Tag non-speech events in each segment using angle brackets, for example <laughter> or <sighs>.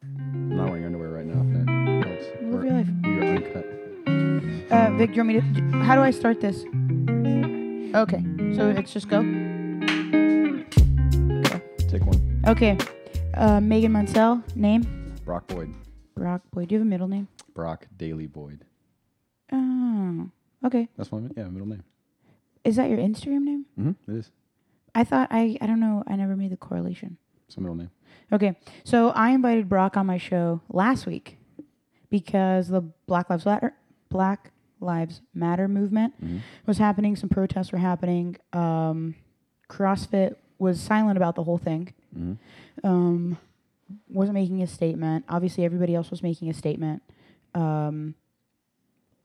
uh, Vic, do you want me to? How do I start this? Okay, so it's just go. Take one. Okay, uh, Megan Munsell, name Brock Boyd. Brock Boyd. Do you have a middle name? Brock Daily Boyd. Oh, okay. That's what I meant. Yeah, middle name. Is that your Instagram name? Mm-hmm. It is. I thought I. I don't know. I never made the correlation. It's a middle name. Okay, so I invited Brock on my show last week because the Black Lives Matter Black Lives Matter movement was happening. Some protests were happening. Um, CrossFit was silent about the whole thing. Um, wasn't making a statement. Obviously, everybody else was making a statement. Um,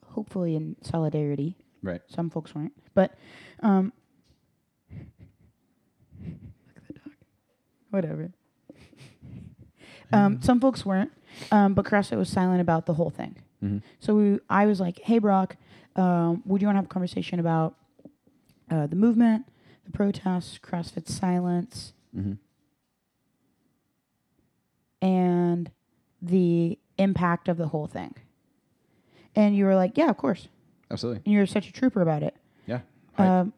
hopefully, in solidarity. Right. Some folks weren't, but um, look at the dog. Whatever. <laughs> um, some folks weren't, um, but CrossFit was silent about the whole thing. So we, I was like, "Hey, Brock, um, would you want to have a conversation about uh, the movement, the protests, CrossFit's silence, and the impact of the whole thing?" And you were like, "Yeah, of course." Absolutely. And you're such a trooper about it. Yeah. Hype. Um,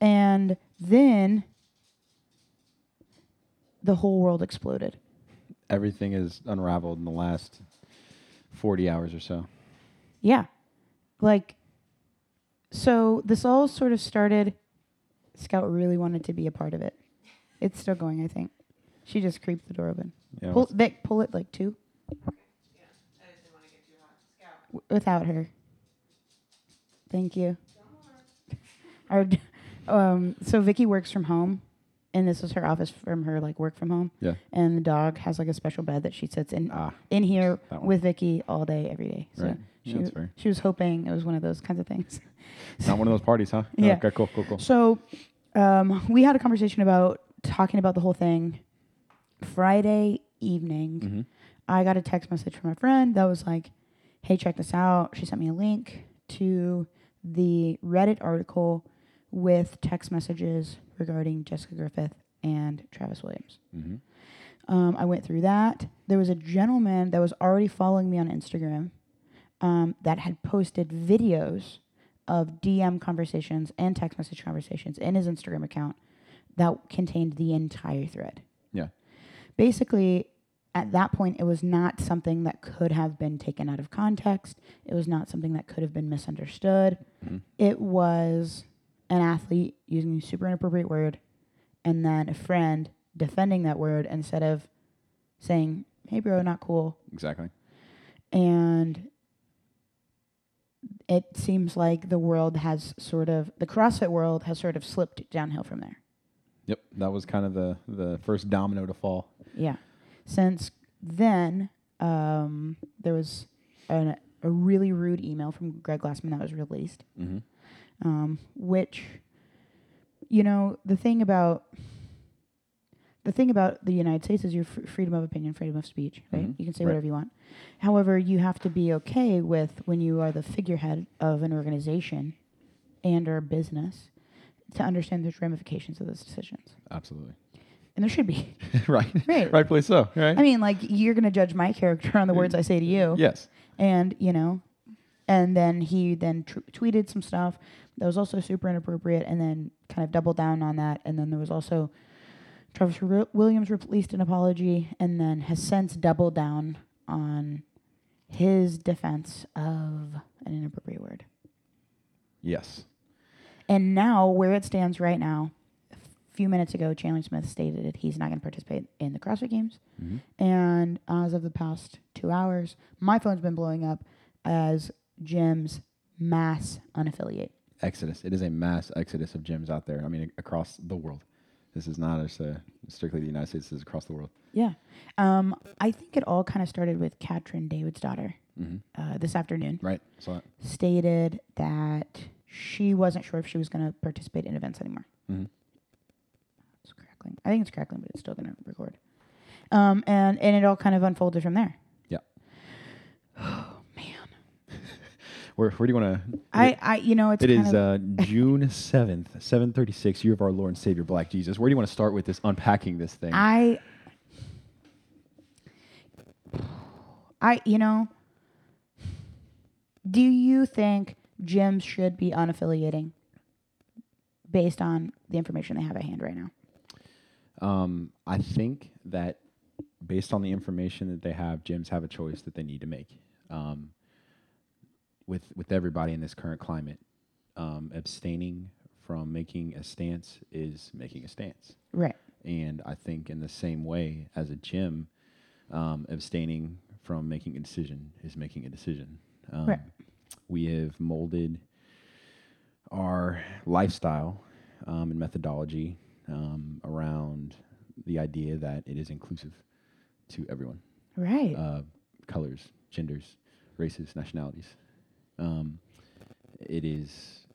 and then the whole world exploded. Everything is unraveled in the last 40 hours or so. Yeah. Like, so this all sort of started. Scout really wanted to be a part of it. It's still going, I think. She just creeped the door open. Yeah, pull, what's- Vic, pull it like two. W- Without her. Thank you. Our, d- um, so Vicky works from home, and this is her office from her like work from home. Yeah. And the dog has like a special bed that she sits in uh, Ah, in here that one. with Vicky all day every day. So Right. Yeah, she that's was, fair. she was hoping it was one of those kinds of things. <laughs> Not one of those parties, huh? Yeah. Mm-hmm. Okay, cool, cool, cool. So um, we had a conversation about talking about the whole thing Friday evening. I got a text message from a friend that was like, "Hey, check this out." She sent me a link to the Reddit article with text messages regarding Jessica Griffith and Travis Williams. Mhm. Um, I went through that. There was a gentleman that was already following me on Instagram um, that had posted videos of DM conversations and text message conversations in his Instagram account that contained the entire thread Yeah. basically at that point it was not something that could have been taken out of context it was not something that could have been misunderstood it was an athlete using a super inappropriate word and then a friend defending that word instead of saying hey bro not cool Exactly. and it seems like the world has sort of the crossfit world has sort of slipped downhill from there Yep. That was kind of the, the first domino to fall. Yeah. Since then, um, there was an, a really rude email from Greg Glassman that was released, Mhm. um, which, you know, the thing about the thing about the United States is your fr- freedom of opinion, freedom of speech, right? Mhm. You can say Right. whatever you want. However, you have to be okay with when you are the figurehead of an organization and or business to understand there's ramifications of those decisions. Absolutely. <laughs> And there should be. right. <laughs> Right. Rightfully so. Right. I mean, like you're gonna judge my character on the words I say to you, yes. and you know, and then he then tr- tweeted some stuff that was also super inappropriate, and then kind of doubled down on that, and then there was also Travis Wi- Williams released an apology, and then has since doubled down on his defense of an inappropriate word. Yes. And now, where it stands right now, a few minutes ago, Chandler Smith stated that he's not going to participate in the CrossFit Games. And as of the past two hours, my phone's been blowing up as gyms mass unaffiliate. Exodus. It is a mass exodus of gyms out there. I mean, a- across the world. This is not just uh, strictly the United States. This is across the world. Yeah. Um, I think it all kind of started with Katrin David's daughter uh, this afternoon. Mm-hmm. Right. So stated that she wasn't sure if she was going to participate in events anymore. Mhm. It's crackling. I think it's crackling, but it's still going to record. Um, and and it all kind of unfolded from there. yeah. Man, Where, where do you want to? I, I you know it's It kind is of, uh, June seventh, seven thirty-six, year of our Lord and Savior, Black Jesus. Where do you want to start with this unpacking this thing? I I you know Do you think gyms should be unaffiliating based on the information they have at hand right now? Um, I think that based on the information that they have, gyms have a choice that they need to make. Um, with with everybody in this current climate, um, abstaining from making a stance is making a stance. Right. And I think in the same way as a gym, um, abstaining from making a decision is making a decision. Um, Right. We have molded our lifestyle um, and methodology um, around the idea that it is inclusive to everyone Right. uh, colors, genders, races, nationalities. Um, it is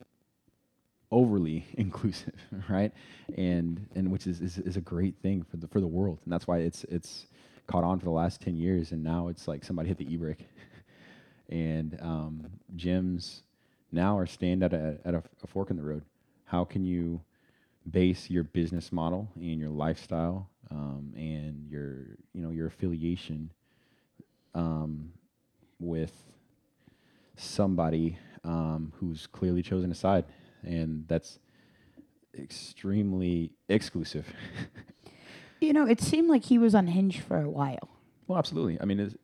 overly <laughs> inclusive, right? And and which is, is is a great thing for the for the world, and that's why it's it's caught on for the last ten years, and now it's like somebody hit the e brick, <laughs> and um, gyms now are stand at a at a, a fork in the road. How can you base your business model and your lifestyle um, and your you know your affiliation um, with somebody um, who's clearly chosen a side, and that's extremely exclusive. <laughs> you know, it seemed like he was unhinged for a while. well, absolutely. I mean, it's,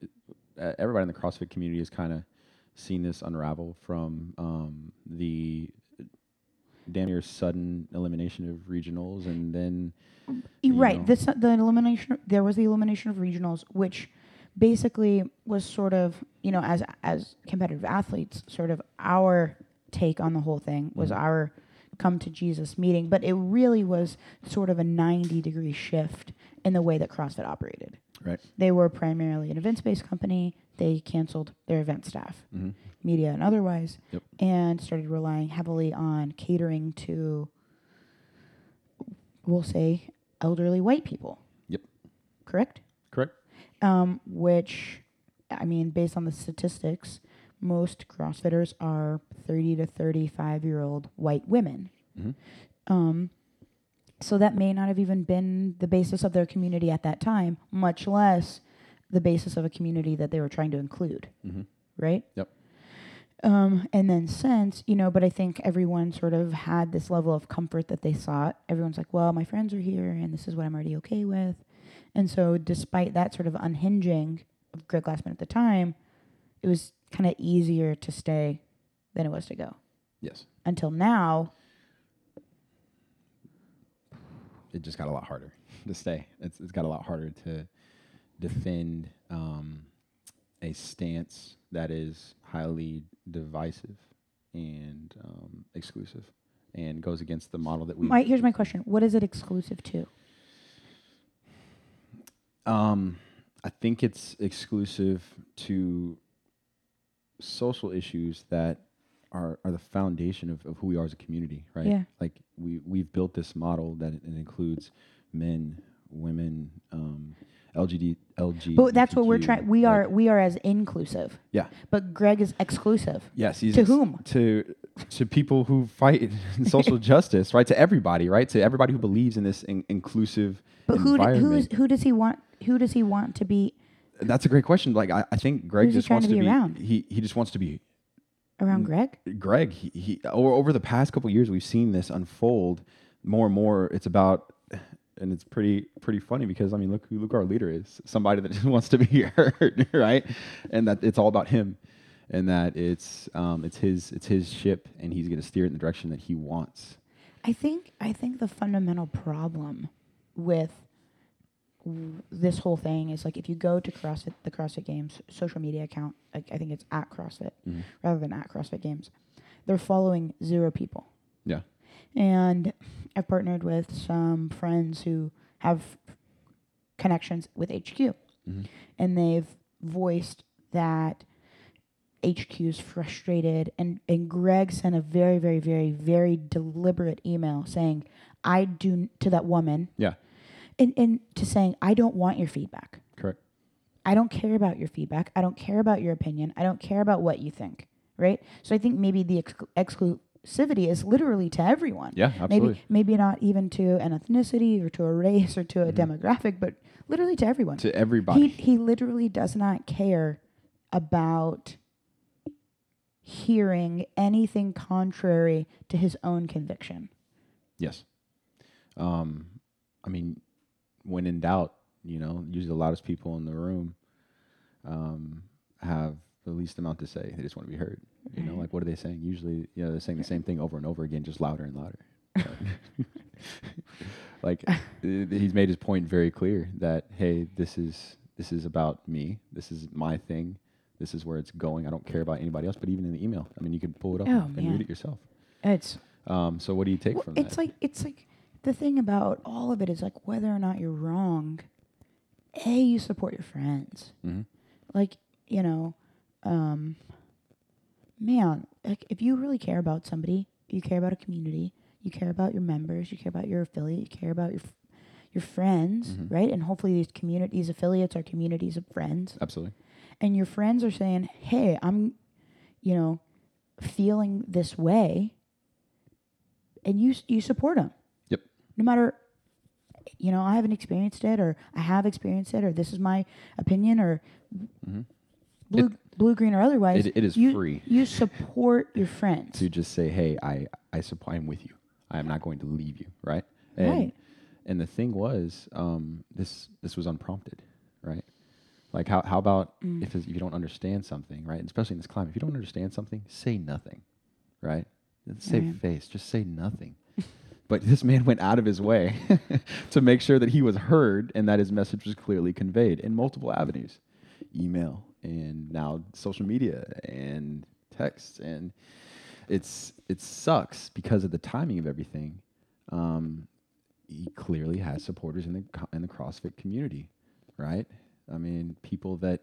uh, everybody in the CrossFit community has kind of seen this unravel from um, the damn near sudden elimination of regionals, and then Y- you right. know. This the elimination. There was the elimination of regionals, which basically was sort of you know as as competitive athletes, sort of our take on the whole thing was Mm-hmm. our come to Jesus meeting, but it really was sort of a ninety degree shift in the way that CrossFit operated. right. They were primarily an events based company. They canceled their event staff, media and otherwise, Yep. and started relying heavily on catering to, we'll say, elderly white people, Yep. correct? Correct. Um, which, I mean, based on the statistics, most CrossFitters are 30 to 35 year old white women. Mhm. Um, so that may not have even been the basis of their community at that time, much less the basis of a community that they were trying to include, hmm right? Yep. Um, and then since, you know, but I think everyone sort of had this level of comfort that they sought. Everyone's like, well, my friends are here and this is what I'm already okay with. And so, despite that sort of unhinging of Greg Glassman at the time, it was kind of easier to stay than it was to go Yes. until now. it just got a lot harder <laughs> to stay. It's, it's got a lot harder to defend um, a stance that is highly divisive and um, exclusive and goes against the model that we. My, here's my question What is it exclusive to? Um, I think it's exclusive to social issues that are, are the foundation of, of who we are as a community, right? Yeah. Like we, we've built this model that it, it includes men, women, um, LGBT, LGBT. But that's what we're trying. We are we are as inclusive, yeah. but Greg is exclusive. Yes, he's To whom? To to people who fight <laughs> in social justice, right? To everybody, right? To everybody who believes in this in- inclusive But who do, environment. who is who does he want? Who does he want to be That's a great question. Like I, I think Greg Who's he just trying wants to be around? he he just wants to be Mm. around Greg? Greg, he, he over, over the past couple years, we've seen this unfold more and more. It's about, and it's pretty pretty funny because I mean, look who look our leader is somebody that <laughs> just wants to be heard, right? And that it's all about him, and that it's um, it's his it's his ship, and he's going to steer it in the direction that he wants. I think I think the fundamental problem with w- this whole thing is like if you go to CrossFit, the CrossFit Games social media account, like I think it's at CrossFit Mm-hmm. rather than at CrossFit Games, they're following zero people. Yeah, And I've partnered with some friends who have connections with HQ. Mm-hmm. And they've voiced that HQ's frustrated. And, and Greg sent a very, very, very, very deliberate email saying, I do to that woman, yeah, and, and to saying, I don't want your feedback. correct. I don't care about your feedback. I don't care about your opinion. I don't care about what you think. Right. So I think maybe the exclu- exclusivity is literally to everyone. Yeah, absolutely. Maybe maybe not even to an ethnicity or to a race or to Mm-hmm. a demographic, but literally to everyone. To everybody, He he literally does not care about hearing anything contrary to his own conviction. Yes. Um, I mean, when in doubt, you know, usually the loudest people in the room um, have the least amount to say. They just want to be heard. You know, Right. like what are they saying? Usually, you know, they're saying the same thing over and over again, just louder and louder. <laughs> like uh, he's made his point very clear that hey, this is this is about me. This is my thing. This is where it's going. I don't care about anybody else. But even in the email, I mean, you can pull it up Oh, and man. read it yourself. It's Um, so what do you take well, from that? it's like it's like the thing about all of it is like whether or not you're wrong. A, you support your friends. mm-hmm. like you know um man like if you really care about somebody you care about a community you care about your members you care about your affiliate you care about your f- your friends Mhm. right and hopefully these communities affiliates are communities of friends Absolutely. and your friends are saying hey i'm you know feeling this way and you s- you support them Yep. no matter you know i haven't experienced it or i have experienced it or this is my opinion or Mhm. blue blue green or otherwise It- it is you- free. you support your friends to just say, "Hey, I I support. I'm with you. I'm not going to leave you." Right. And, Right. And the thing was, um, this this was unprompted, right? Like how how about if it's- if you don't understand something, right? And especially in this climate, if you don't understand something, say nothing, right? Save Right. face. Just say nothing. <laughs> But this man went out of his way <laughs> to make sure that he was heard and that his message was clearly conveyed in multiple avenues email and now social media and text and it's it sucks because of the timing of everything. Um, he clearly has supporters in the co- in the CrossFit community, right? I mean, people that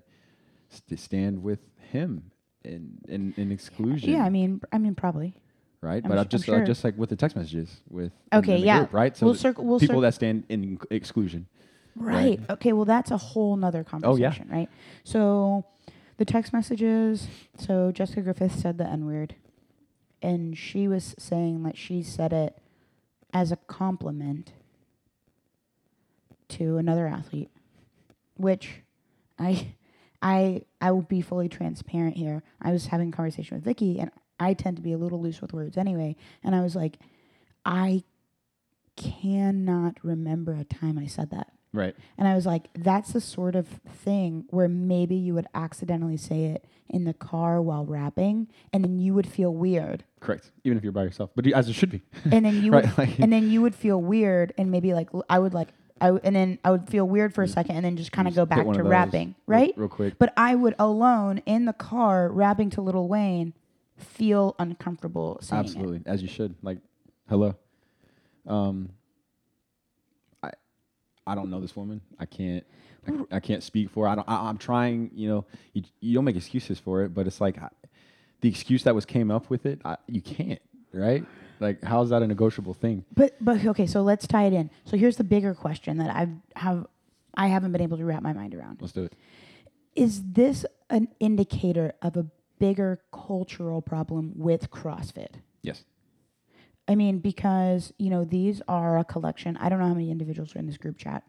st- stand with him in in, in exclusion, yeah i mean i mean probably right? I'm but su- I'm just I'm uh, sure. just like with the text messages with in- Okay, in the yeah. group, right? So We'll the circle- we'll people cir- that stand in exclusion, Right. Okay. Well, that's a whole nother Oh, yeah. conversation, right? So, the text messages. So Jessica Griffith said the N word, and she was saying that she said it as a compliment to another athlete, which I, I, I will be fully transparent here. I was having a conversation with Vicky, and I tend to be a little loose with words anyway, and I was like, I cannot remember a time I said that. right? And I was like, that's the sort of thing where maybe you would accidentally say it in the car while rapping, and then you would feel <laughs> weird, Correct. Even if you're by yourself, but you- as it should be, and then you <laughs> Right, would, like- and then you would feel weird, and maybe like l- I would like, I w- and then I would feel weird for a second, and then just kind of Mm. Just go hit back one to of those rapping, real- right? Real quick, But I would alone in the car rapping to Little Wayne feel uncomfortable saying it. Absolutely, as you should. Like, hello. Um, I, I don't know this woman. I can't. I, I can't speak for. Her. I don't. I, I'm trying. You know, you, you don't make excuses for it, but it's like I, the excuse that was came up with it. I, you can't, right? Like, how is that a negotiable thing? But but okay, so let's tie it in. So here's the bigger question that I've have I haven't been able to wrap my mind around. Let's do it. is this an indicator of a bigger cultural problem with CrossFit? Yes. I mean, because, you know, these are a collection. I don't know how many individuals are in this group chat.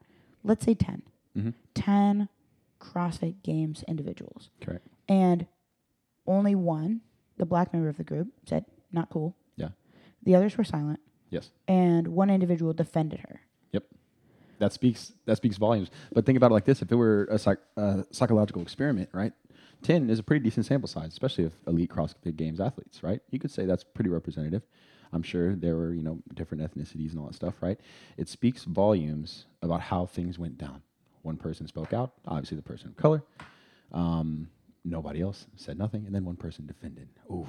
Let's say 10. Mhm. 10 CrossFit Games individuals. Correct. And only one, the black member of the group, said, not cool. Yeah. The others were silent. Yes. And one individual defended her. Yep. That speaks that speaks volumes. But think about it like this: if it were a psych, uh, psychological experiment, right? Ten is a pretty decent sample size, especially of elite CrossFit Games athletes, right? You could say that's pretty representative. I'm sure there were you know different ethnicities and all that stuff, right? It speaks volumes about how things went down. One person spoke out, obviously the person of color. Um, nobody else said nothing, and then one person defended. Oof.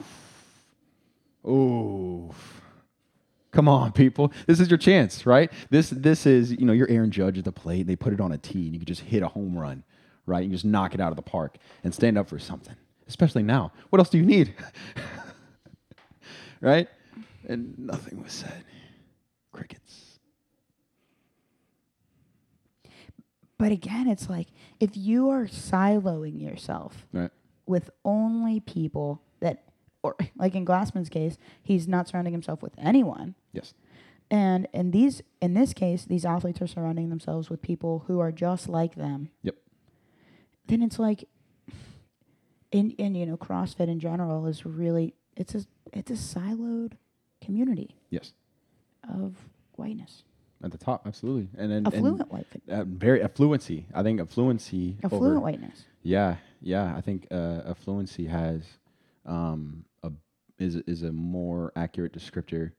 Oof. Come on, people. This is your chance, right? This this is, you know, your Aaron Judge at the plate. They put it on a tee and you could just hit a home run, right? You just knock it out of the park and stand up for something. Especially now. What else do you need? <laughs> right? And nothing was said. Crickets. But again, it's like if you are siloing yourself Right. with only people that, or <laughs> like in Glassman's case, he's not surrounding himself with anyone. Yes. And in these, in this case, these athletes are surrounding themselves with people who are just like them. Yep. Then it's like, and and you know CrossFit in general is really it's a it's a siloed community Yes, of whiteness, at the top, absolutely. And then affluent white, And, uh, very affluency. I think affluency. affluent over- whiteness. Yeah, yeah. I think uh, affluency has um, a is is a more accurate descriptor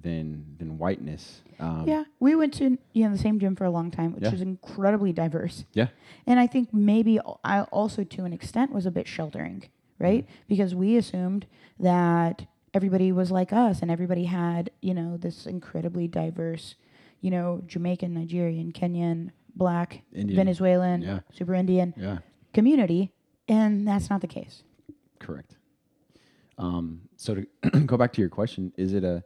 than than whiteness. Um, yeah, we went to you know the same gym for a long time, which Yeah. was incredibly diverse. Yeah. and I think maybe al- I also to an extent was a bit sheltering, right? Mm-hmm. Because we assumed that everybody was like us and everybody had you know this incredibly diverse, you know Jamaican, Nigerian, Kenyan, Black, Indian. Venezuelan, Yeah. Super Indian Yeah. community, and that's not the case. Correct. Um, so to <clears throat> go back to your question, is it a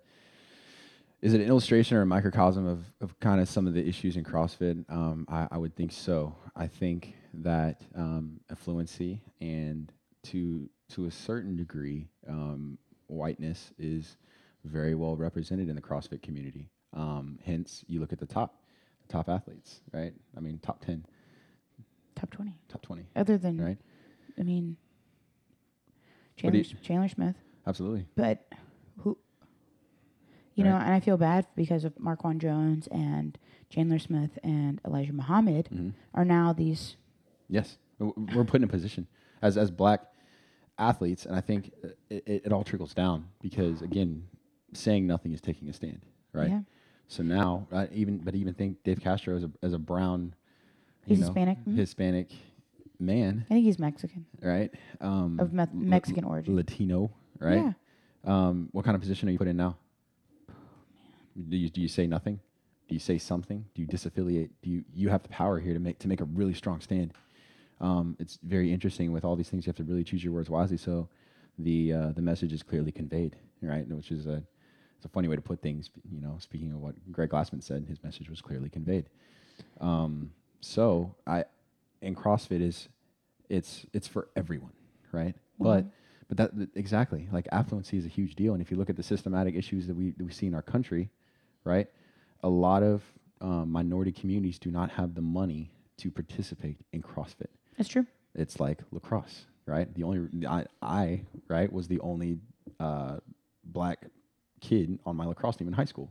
is it an illustration or a microcosm of, of kind of some of the issues in CrossFit? Um, I, I would think so. I think that um, affluency and to to a certain degree, um, whiteness is very well represented in the CrossFit community. Um, hence, you look at the top top athletes, right? I mean, top ten, Top twenty, top twenty, other than right? I mean, But Chandler, it- Chandler Smith. Absolutely. but who you know Right. and i feel bad because of marquand jones and chandler smith and elijah muhammad Mhm. are now these Yes, W- w- we're put in a position as as black athletes, and I think uh, it, it, it all trickles down because again, saying nothing is taking a stand, right? yeah So now, I even but even think Dave Castro as a as a brown, you He's know, Hispanic, mhm. Hispanic man, i think he's mexican right? Um, Of Me- l- Mexican origin. Latino, right? yeah Um, what kind of position are you put in now? Do you do you say nothing? Do you say something? Do you disaffiliate? Do you you have the power here to make to make a really strong stand? Um, it's very interesting with all these things. You have to really choose your words wisely, so the uh, the message is clearly conveyed, right? Which is a it's a funny way to put things. You know, speaking of what Greg Glassman said, his message was clearly conveyed. Um, so I in CrossFit is it's it's for everyone, right? But but that th- exactly like affluency is a huge deal, and if you look at the systematic issues that we that we see in our country, right? A lot of um, minority communities do not have the money to participate in CrossFit. that's true It's like lacrosse, right? The only I, I right was the only uh, black kid on my lacrosse team in high school.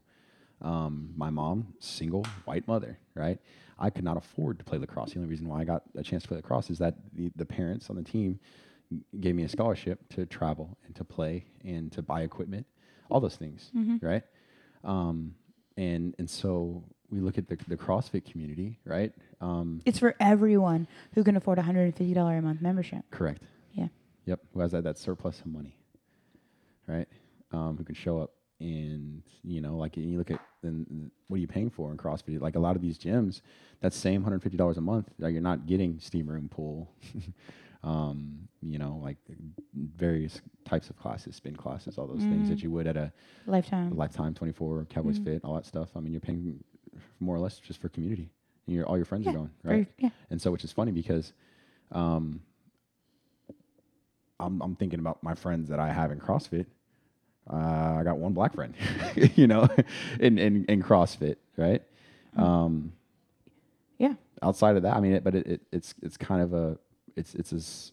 Um, my mom, single white mother, right? I could not afford to play lacrosse. The only reason why I got a chance to play lacrosse is that the, the parents on the team gave me a scholarship to travel and to play and to buy equipment, all those things, Mm-hmm. right? Um, and and so we look at the, the CrossFit community, right? Um, it's for everyone who can afford a $150 a month membership correct. yeah Yep. Who has that, that surplus of money, right? Um, who can show up and you know, like and you look at then what are you paying for in CrossFit? Like a lot of these gyms, that same hundred fifty dollars a month, like you're not getting steam room pool, <laughs> um, you know, like various types of classes, spin classes, all those things Mm. that you would at a lifetime lifetime twenty four Cowboys Mm. Fit, all that stuff. I mean, you're paying more or less just for community, and your all your friends Yeah, are going Or- right. yeah And so, which is funny because um, I'm, I'm thinking about my friends that I have in CrossFit. Uh, I got one black friend, <laughs> you know, in, in, in CrossFit, right? Um, Mm-hmm. yeah outside of that, I mean, it, but it, it, it's it's kind of a it's it's a, s-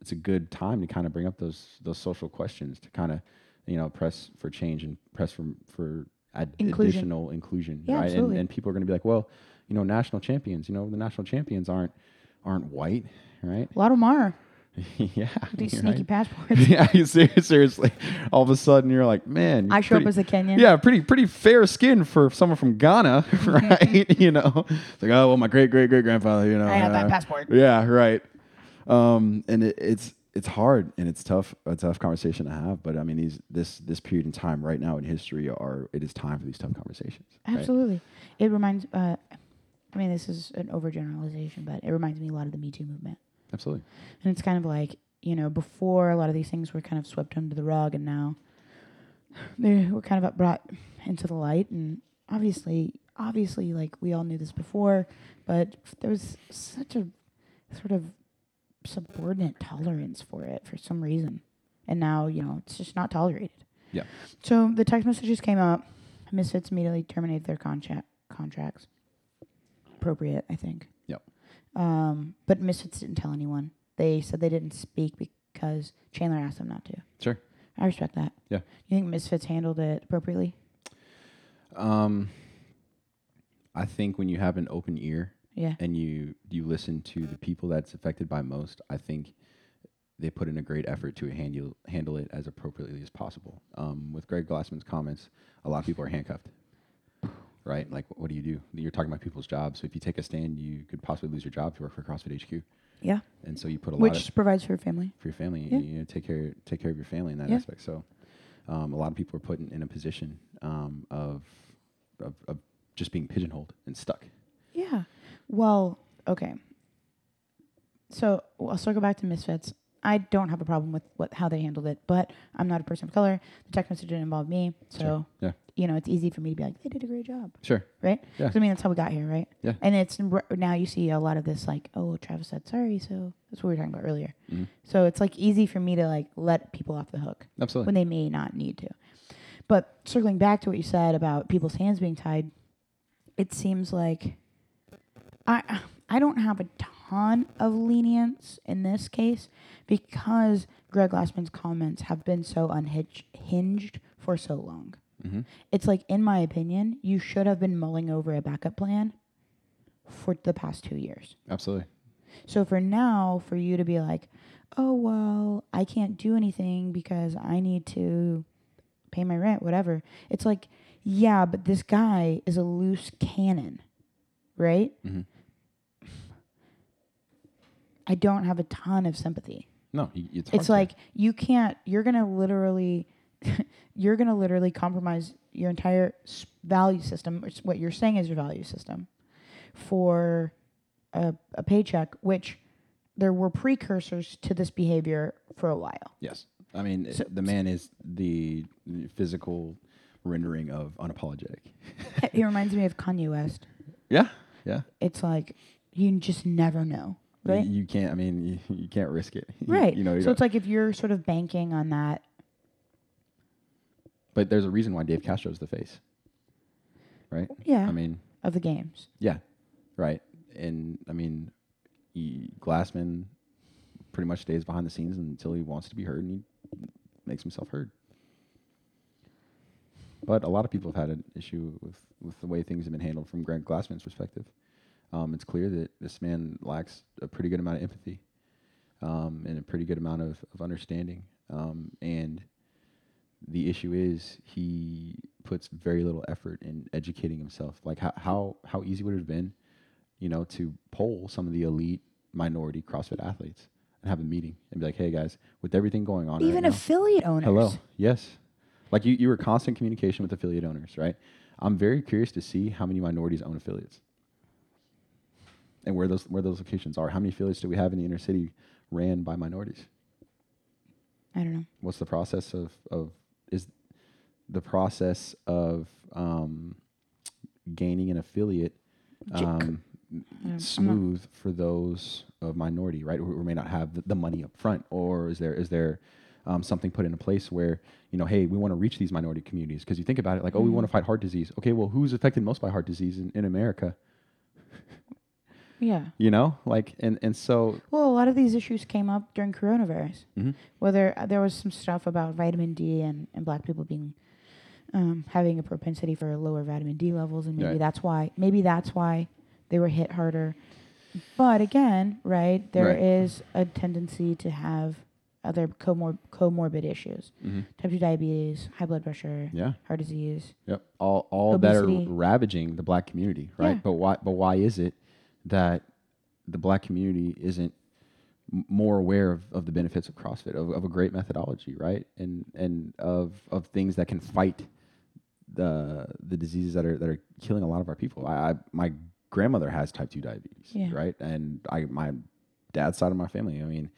it's a good time to kind of bring up those those social questions to kind of you know press for change and press for for ad- Inclusion. additional inclusion, Yeah, right? absolutely. And, and people are going to be like, well, you know, national champions, you know, the national champions aren't aren't white, right? <laughs> a lot of them are yeah, with these you're <laughs> sneaky right. passports yeah, you ser- seriously. All of a sudden, you're like, man, i you're show up pretty- as a kenyan yeah, pretty pretty fair skin for someone from <laughs> Ghana, <laughs> right? you know, it's like oh well, my great great great grandfather, you know, I have that uh, passport. Yeah, right. Um, and it, it's it's hard and it's tough a tough conversation to have, but I mean these this this period in time right now in history are it is time for these tough conversations. right? Absolutely. It reminds. Uh, I mean, this is an overgeneralization, but it reminds me a lot of the Me Too movement, absolutely. and it's kind of like you know before a lot of these things were kind of swept under the rug, and now <sighs> they were kind of brought into the light, and obviously, obviously, like we all knew this before, but there was such a sort of subordinate tolerance for it for some reason, and now you know it's just not tolerated. Yeah. So the text messages came out. Misfits immediately terminated their contract contracts. Appropriate, I think. Yep. Um, but Misfits didn't tell anyone. They said they didn't speak be- because Chandler asked them not to. Sure. I respect that. Yeah. You think Misfits handled it appropriately? Um, I think when you have an open ear Yeah. and you you listen to the people that's affected by most, I think they put in a great effort to handle handle it as appropriately as possible. Um, with Greg Glassman's comments, a lot of people are handcuffed, right? Like, what do you do? You're talking about people's jobs. So if you take a stand, you could possibly lose your job if you work for CrossFit HQ. Yeah. And so you put a lot of Which provides for family. for your family. Yeah. You know, take care take care of your family in that Yeah. aspect. So, um, a lot of people are put in, in a position um, of, of of just being pigeonholed and stuck. Yeah. Well, okay. So well, I'll circle back to Misfits. I don't have a problem with what how they handled it, but I'm not a person of color. The text message didn't involve me, so Yeah. you know it's easy for me to be like, they did a great job, Sure. right? Yeah. 'Cause I mean that's how we got here, right? Yeah. And it's r- now you see a lot of this like, oh, Travis said sorry, so that's what we were talking about earlier. Mhm. So it's like easy for me to like let people off the hook Absolutely. when they may not need to. But circling back to what you said about people's hands being tied, it seems like I I don't have a ton of lenience in this case because Greg Glassman's comments have been so unhinged hinged for so long. Mhm. It's like, in my opinion, you should have been mulling over a backup plan for the past two years. Absolutely. So for now, for you to be like, oh, well, I can't do anything because I need to pay my rent, whatever. It's like, yeah, but this guy is a loose cannon, right? Mhm. I don't have a ton of sympathy. No, you, it's hard It's to- like you can't. You're gonna literally, <laughs> you're gonna literally compromise your entire s- value system. Or s- what you're saying is your value system for a, a paycheck, which there were precursors to this behavior for <laughs> a while. yes. I mean, So- the man is the physical rendering of unapologetic. he reminds me of Kanye West. Yeah. Yeah. It's like you just never know, You- right? You, can't. I mean, you, you can't risk it. <laughs> You- right. You know. you so don't- it's like if you're sort of banking on that. but there's a reason why Dave Castro's the face. Right. Yeah. I mean, of the games. Yeah, right. And I mean, he, Glassman pretty much stays behind the scenes until he wants to be heard, and he makes himself heard. But a lot of people have had an issue with, with the way things have been handled from Greg Glassman's perspective. Um, it's clear that this man lacks a pretty good amount of empathy um, and a pretty good amount of, of understanding. Um, and the issue is he puts very little effort in educating himself. Like how how, how easy would it have been, you know, to poll some of the elite minority CrossFit athletes and have a meeting and be like, hey guys, with everything going on, Even right now, affiliate owners. Hello. Yes. Like you, you were constant communication with affiliate owners, right? I'm very curious to see how many minorities own affiliates and where those where those locations are. How many affiliates do we have in the inner city ran by minorities? I don't know. What's the process of, of is the process of um, gaining an affiliate J- um, I'm not- smooth for those of minority, right? Who, who may not have the, the money up front, or is there is there um, something put in place where you know, hey, we want to reach these minority communities because you think about it, like, oh, we want to fight heart disease. Okay, well, who's affected most by heart disease in, in America? Yeah. You know, like, and and so Well, a lot of these issues came up during coronavirus. Mhm. Whether uh, there was some stuff about vitamin D and, and black people being um, having a propensity for lower vitamin D levels, and maybe Right. that's why maybe that's why they were hit harder. But again, right, there Right. is a tendency to have other comor- comorbid issues: type two diabetes, high blood pressure, yeah, heart disease. Yep. All all that are Obesity. ravaging the black community, right? Yeah. But why but why is it that the black community isn't m- more aware of, of the benefits of CrossFit, of, of a great methodology, right? And and of of things that can fight the the diseases that are that are killing a lot of our people. I, I my grandmother has type two diabetes, Yeah. right? And I my dad's side of my family, I mean,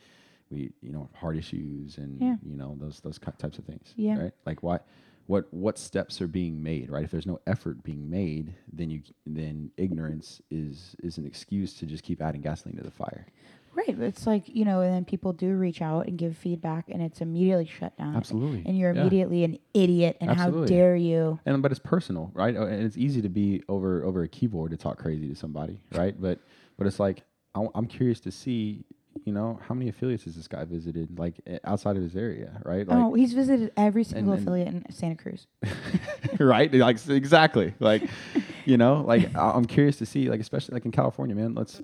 we you know heart issues and Yeah. you know those those ki- types of things, Yeah. right? Like why what what steps are being made right if there's no effort being made then you then ignorance is is an excuse to just keep adding gasoline to the fire Right, it's like you know, and then people do reach out and give feedback, and it's immediately shut down. Absolutely. and you're Mm. Yeah. immediately an idiot, and how Absolutely. dare you? and but it's personal right Uh, and it's easy to be over <laughs> over a keyboard to talk crazy to somebody right but but it's like I, am curious to see you you know, how many affiliates has this guy visited, like eh, outside of his area, right? Like, oh, he's visited every single and- affiliate in Santa Cruz. <laughs> right? Like s- exactly. Like, you know, <laughs> like I- I'm curious to see, like especially like in California, man. Let's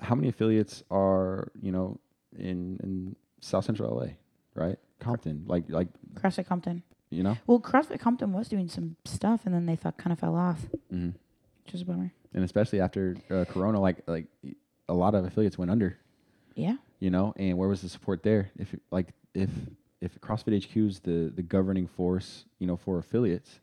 how many affiliates are you know in in South Central LA, right? Compton, like like CrossFit Compton. you know, Well, CrossFit Compton was doing some stuff, and then they thought kind of fell off, hmm which is a bummer. and especially after uh, Corona, like like a lot of affiliates went under, Yeah. you know. And where was the support there? If it- like if if CrossFit HQ is the the governing force, you know, for affiliates,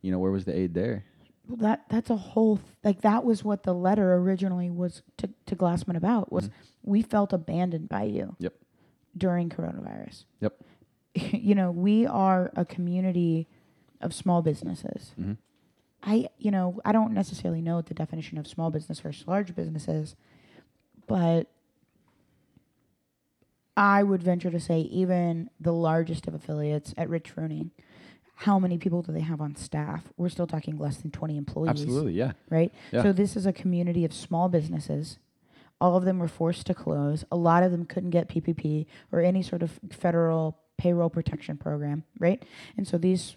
you know, where was the aid there? Well, that that's a whole th- like that was what the letter originally was to to Glassman about was we felt abandoned by you. Mm-hmm. Yep. During coronavirus. Yep. <laughs> you know, we are a community of small businesses. Mhm. I you know I don't necessarily know what the definition of small business versus large business is, but I would venture to say even the largest of affiliates at Rich Froning, how many people do they have on staff? We're still talking less than twenty employees Absolutely, yeah. right? Yeah. So this is a community of small businesses. All of them were forced to close. A lot of them couldn't get PPP or any sort of federal payroll protection program, right? And so these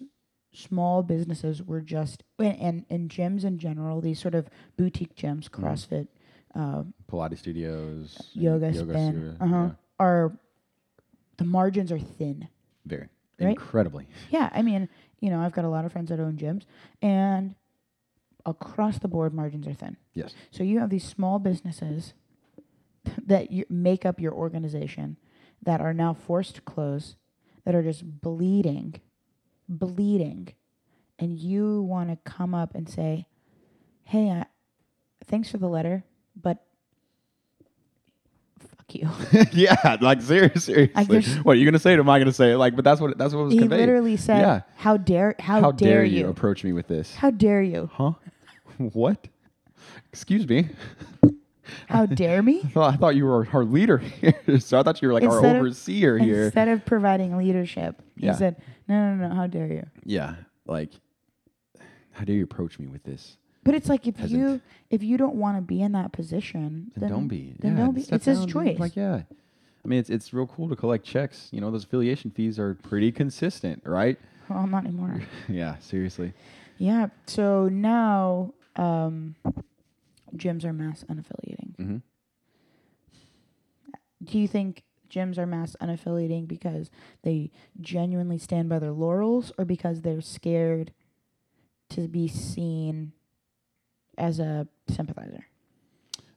small businesses were just and and, and gyms in general, these sort of boutique gyms, Mm-hmm. CrossFit, uh, Pilates studios, and yoga, spin, studio, uh huh, yeah. are the margins are thin. Very. Right? Incredibly. Yeah, I mean, you know, I've got a lot of friends that own gyms, and across the board, margins are thin. Yes. <laughs> So you have these small businesses <laughs> that you make up your organization that are now forced to close, that are just bleeding, bleeding, and you want to come up and say, "Hey, I, thanks for the letter, but fuck you." yeah, like ser- seriously. there's- what are you gonna say? it? Am I gonna say? it? Like, but that's what that's what was he conveyed. literally said, Yeah. "How dare? How, How dare, you? approach me with this? How dare you? Huh? what? Excuse me. How dare me?" <laughs> Well, I thought you were our leader here, <laughs> so I thought you were like our Instead of- overseer here. Instead of providing leadership, he Yeah. said, "No, no, no! How dare you?" yeah, like, how do you approach me with this? But it's like if Peasant. you if you don't want to be in that position, Then, don't be. Then yeah, don't be. step It's his down, dude. choice. Like, yeah. I mean, it's it's real cool to collect checks. You know, those affiliation fees are pretty consistent, right? <laughs> <laughs> well, not anymore. yeah, seriously. yeah. So now, um, gyms are mass unaffiliating. Mm-hmm. Do you think gyms are mass unaffiliating because they genuinely stand by their laurels, or because they're scared to be seen as a sympathizer?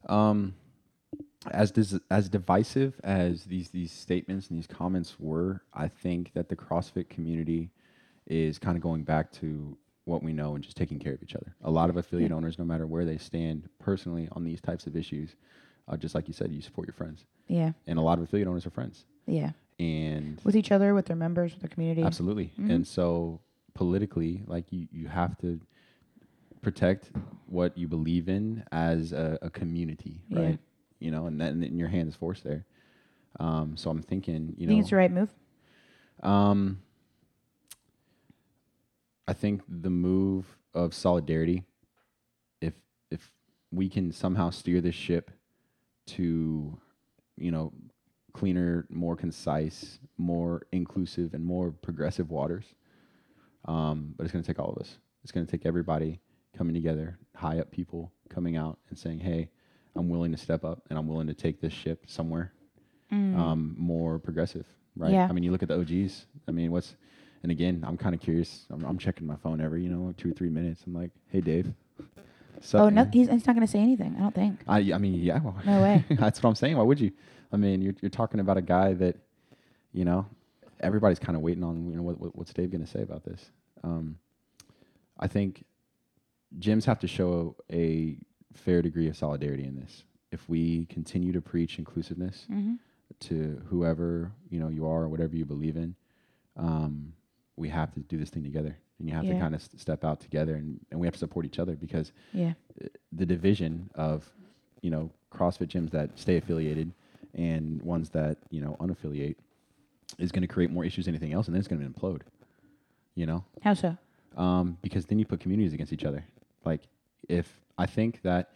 um, as dis- as divisive as these these statements and these comments were, I think that the CrossFit community is kind of going back to what we know and just taking care of each other. A lot of affiliate owners, no matter where they stand personally on these types of issues, uh, just like you said, you support your friends, Yeah. and a lot of affiliate owners are friends, Yeah. and With each other, with their members, with their community. Mm-hmm. Absolutely. And so politically, like you, you have to protect what you believe in as a, a community, Yeah. right? You know, and, that, and your hand is forced there. Um, so I'm thinking, you You think it's the know, right move? um, I think the move of solidarity, if if we can somehow steer this ship to, you know, cleaner, more concise, more inclusive, and more progressive waters. Um, but it's going to take all of us. It's going to take everybody coming together, high up people coming out and saying, "Hey, I'm willing to step up, and I'm willing to take this ship somewhere Mm. um, more progressive." Right? Yeah. I mean, you look at the OGs. I mean, what's and again, I'm kind of curious. I'm, I'm checking my phone every, you know, two or three minutes. I'm like, "Hey, Dave." So, Oh, no, he's, he's not going to say anything. I don't think. I, I mean, yeah. Well, No way. <laughs> that's what I'm saying. Why would you? I mean, you're, you're talking about a guy that, you know, everybody's kind of waiting on, you know, what, what- what's Dave going to say about this? Um, I think gyms have to show a fair degree of solidarity in this. If we continue to preach inclusiveness, Mm-hmm. to whoever you know you are or whatever you believe in um, we have to do this thing together and you have to Yeah. kind of st- step out together and, and we have to support each other because Yeah. uh, the division of you know crossfit gyms that stay affiliated and ones that you know unaffiliate is going to create more issues than anything else and then it's going to implode you know How so? um, because then you put communities against each other. Like, if I think that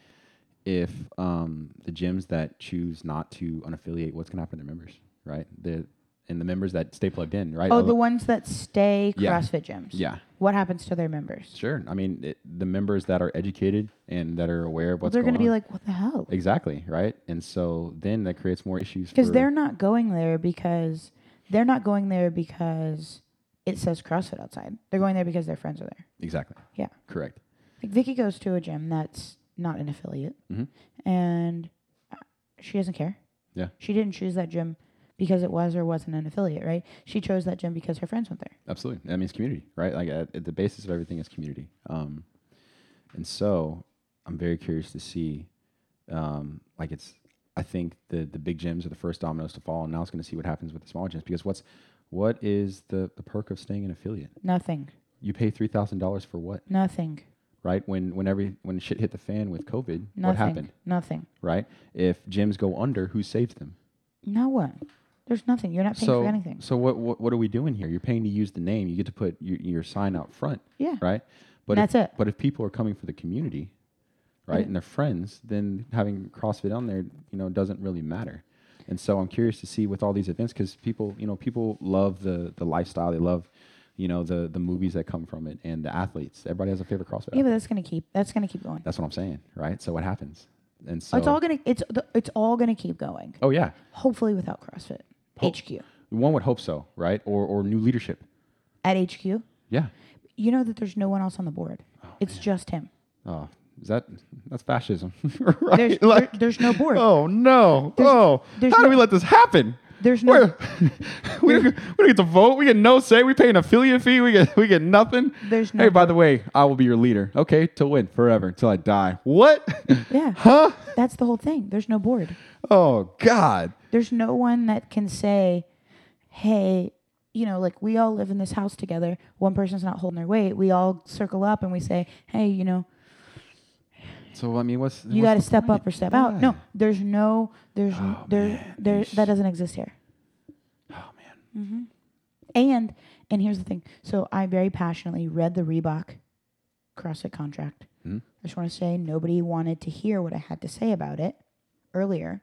if um, the gyms that choose not to unaffiliate, what's going to happen to their members, right? The and the members that stay plugged in, right? Oh, Although- the ones that stay Yeah. CrossFit gyms. yeah, What happens to their members? sure. I mean, it, the members that are educated and that are aware of what's They're going going on. to be like, what the hell? exactly right, and so then that creates more issues Because for- they're not going there because they're not going there because it says CrossFit outside. They're going there because their friends are there. exactly Yeah. correct. Like Vicky goes to a gym that's not an affiliate, Mhm. and uh, she doesn't care. Yeah. She didn't choose that gym because it was or wasn't an affiliate, right? She chose that gym because her friends went there. Absolutely. That means community, right? Like at, at the basis of everything is community. Um, and so I'm very curious to see, um, like it's, I think the, the big gyms are the first dominoes to fall and now it's going to see what happens with the small gyms because what's, what is the, the perk of staying an affiliate? Nothing. You pay $3,000 for what, Nothing. right? When, when every, when shit hit the fan with COVID, Nothing. what happened, Nothing. right? If gyms go under, who saves them? No one. There's nothing. You're not paying so, for anything. so what, what, what are we doing here? You're paying to use the name. You get to put your, your sign out front. Yeah. right? But That's if, it. But if people are coming for the community, right, and they're friends, then having CrossFit on there, you know, doesn't really matter. And so I'm curious to see with all these events because people, you know, people love the the lifestyle. They love, you know, the the movies that come from it and the athletes. Everybody has a favorite CrossFit. Yeah, but athlete. that's gonna keep. That's gonna keep going. That's what I'm saying, right? So what happens? And so Oh, it's all gonna. It's th- it's all gonna keep going. Oh yeah, Hopefully without CrossFit. Ho- HQ. one would hope so, right? Or or new leadership. At HQ, Yeah. you know that there's no one else on the board. it's <laughs> just him. Oh, is that that's fascism? <laughs> right? There's there- Like- there's no board. Oh no! oh, there's how no- do we let this happen? There's no- We're- <laughs> we don't, get- we don't get to vote. We get no say. We pay an affiliate fee. We get we get nothing. There's no Hey, by the way, I will be your leader. Okay, till when? Forever, until I die. <laughs> What? Yeah. Huh? That's the whole thing. There's no board. Oh God. There's no one that can say, hey, you know, like we all live in this house together. One person's not holding their weight. We all circle up and we say, hey, you know, So I mean, what's you got to step up or step out. No, Yeah. there's no, there's Oh, there, man. there, that doesn't exist here. Oh man. Mm-hmm. And and here's the thing. So I very passionately read the Reebok CrossFit contract. Mhm. I just want to say nobody wanted to hear what I had to say about it earlier.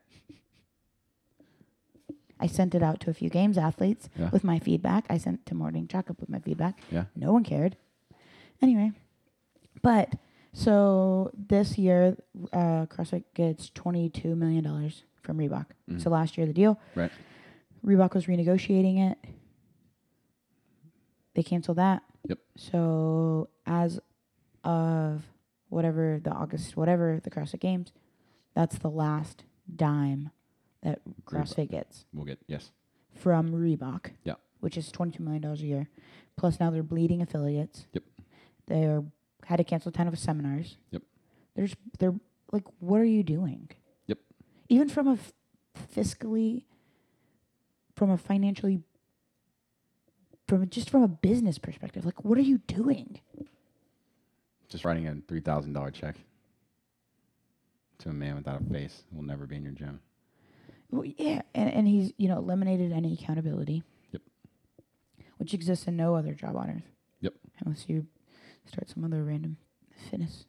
I sent it out to a few games athletes Yeah. with my feedback. I sent to Morning Chocolate with my feedback. Yeah. No one cared. Anyway, but so this year, uh, CrossFit gets $22 million from Reebok. So last year, the deal, Mm-hmm. Right. Reebok was renegotiating it. They canceled that. Yep. So as of whatever the August, whatever the CrossFit Games, that's the last dime that CrossFit gets We'll get yes. from Reebok. Yeah. Which is twenty-two million dollars a year, plus now they're bleeding affiliates. Yep. They are had to cancel ten of his seminars. Yep. They're just, they're like, what are you doing? Yep. Even from a f- fiscally, from a financially, from a, just from a business perspective, like, what are you doing? Just writing a three thousand dollar check to a man without a face will never be in your gym. <laughs> Well, yeah, and, and he's you know eliminated any accountability. Yep. Which exists in no other job on earth. Yep. Unless you start some other random fitness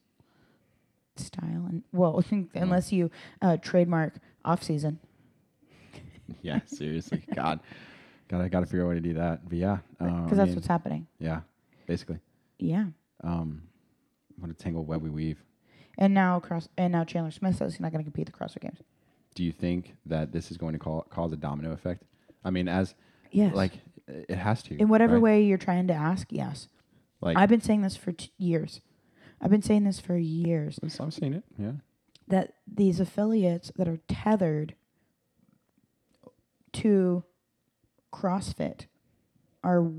style, and well, <laughs> unless you uh, trademark off season. Yeah, <laughs> seriously. God. God, I got to figure out a way to do that. But yeah. uh, I because that's mean, what's happening. Yeah, basically. Yeah. Um, what a tangled web we weave. And now cross and now Chandler Smith says he's not going to compete at the CrossFit Games. Do you think that this is going to call, cause a domino effect? I mean, as Yes. like i- it has to. in whatever right? way you're trying to ask, yes. Like I've been saying this for t- years. I've been saying this for years. I'm, I'm seeing it. Yeah. that these affiliates that are tethered to CrossFit are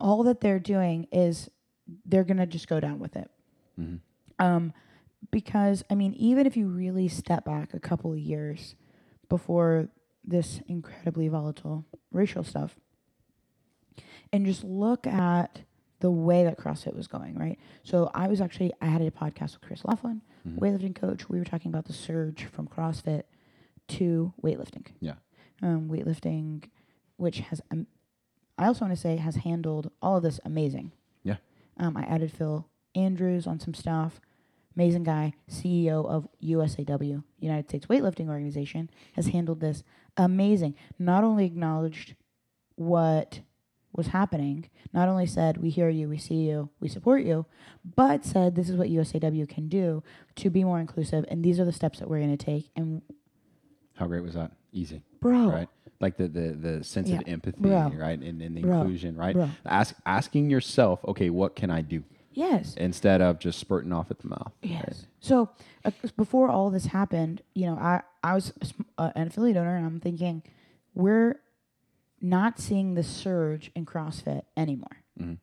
all that they're doing is they're gonna just go down with it. Mhm. Um, because I mean, even if you really step back a couple of years before this incredibly volatile racial stuff, and just look at the way that CrossFit was going, right? So I was actually I had a podcast with Chris Laughlin, Mm-hmm. weightlifting coach. We were talking about the surge from CrossFit to weightlifting. Yeah. Um, weightlifting, which has um, I also want to say has handled all of this amazing. Yeah. Um, I added Phil Andrews on some stuff, amazing guy, CEO of USAW, United States Weightlifting Organization, has handled this amazing. Not only acknowledged what was happening, not only said, We hear you, we see you, we support you, but said, This is what USAW can do to be more inclusive, and these are the steps that we're going to take. And, How great was that? Easy. bro, Right. Like the the, the sense of Oh. Yeah. empathy, Bro. right? And, and the Bro. inclusion, right? Bro. Ask asking yourself, okay, what can I do? yes. Instead of just spurting off at the mouth. right? Yes. So uh, 'cause before all this happened, you know, I I was a sm- uh, an affiliate owner, and I'm thinking, we're not seeing the surge in CrossFit anymore. Mm-hmm.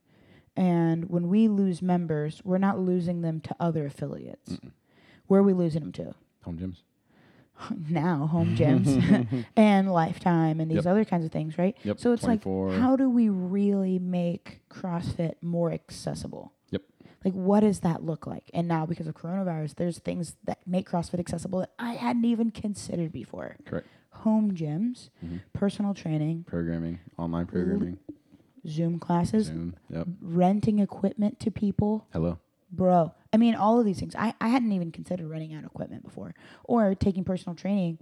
And when we lose members, we're not losing them to other affiliates. Where are we losing them to? Home gyms. <laughs> now home <laughs> gyms <laughs> and lifetime and these Yep. other kinds of things right Yep, so it's 24. like how do we really make crossfit more accessible Yep. like what does that look like and now because of coronavirus there's things that make crossfit accessible that i hadn't even considered before Correct. home gyms Mm-hmm. personal training Programming, online programming, zoom classes Zoom. Yep. renting equipment to people Hello. bro i mean all of these things I, I hadn't even considered renting out equipment before or taking personal training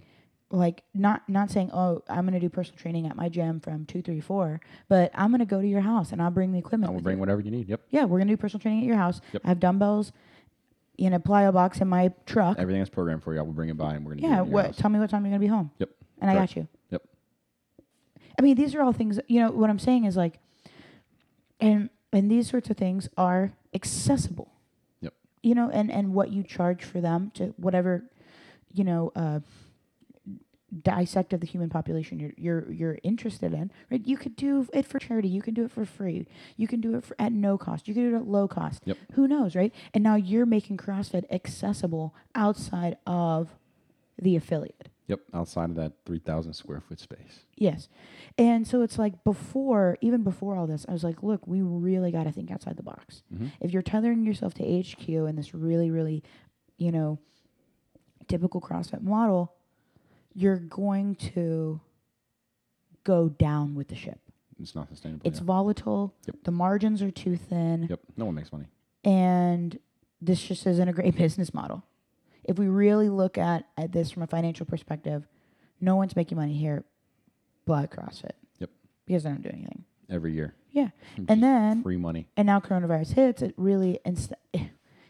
like not not saying oh i'm going to do personal training at my gym from 234 but i'm going to go to your house and i'll bring the equipment I will with bring me. whatever you need. Yep. yeah we're going to do personal training at your house Yep. i have dumbbells in a plyo box in my truck Everything that's programmed for you, I will bring it by and we're gonna do yeah it in your what house. tell me what time you're going to be home Yep. and i Correct. got you Yep. I mean, these are all things. You know what I'm saying is like, and and these sorts of things are accessible. Yep. You know, and and what you charge for them to whatever, you know, uh, dissect of the human population you're you're you're interested in. Right? You could do it for charity. You can do it for free. You can do it for, at no cost. You can do it at low cost. Yep. Who knows, right? And now you're making CrossFit accessible outside of the affiliate. Yep. Outside of that three thousand square foot space. Yes. And so it's like before, even before all this, I was like, look, we really got to think outside the box. If you're tethering yourself to HQ and this really, really, you know, typical CrossFit model, you're going to go down with the ship. It's not sustainable. It's yeah. volatile. Yep. The margins are too thin Yep. No one makes money. and this just isn't a great <laughs> business model. If we really look at, at this from a financial perspective, no one's making money here but CrossFit. Yep. Because they don't do anything. Every year. Yeah. And then, Free money. and now coronavirus hits, it really, inst- eh,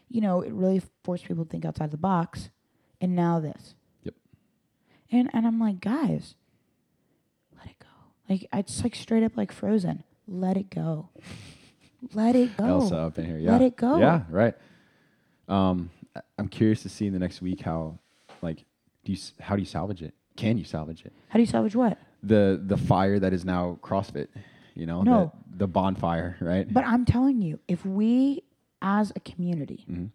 you know, it really forced people to think outside the box. And now this. Yep. And, and I'm like, guys, let it go. Like, it's like straight up like frozen. Let it go. Let it go. Elsa up in here. Yeah. Let it go. Yeah, right. Um, I- I'm curious to see in the next week how, like, do you s- how do you salvage it? Can you salvage it? How do you salvage what? The the fire that is now CrossFit, you know, No. the, the bonfire, right? But I'm telling you, if we as a community Mm-hmm.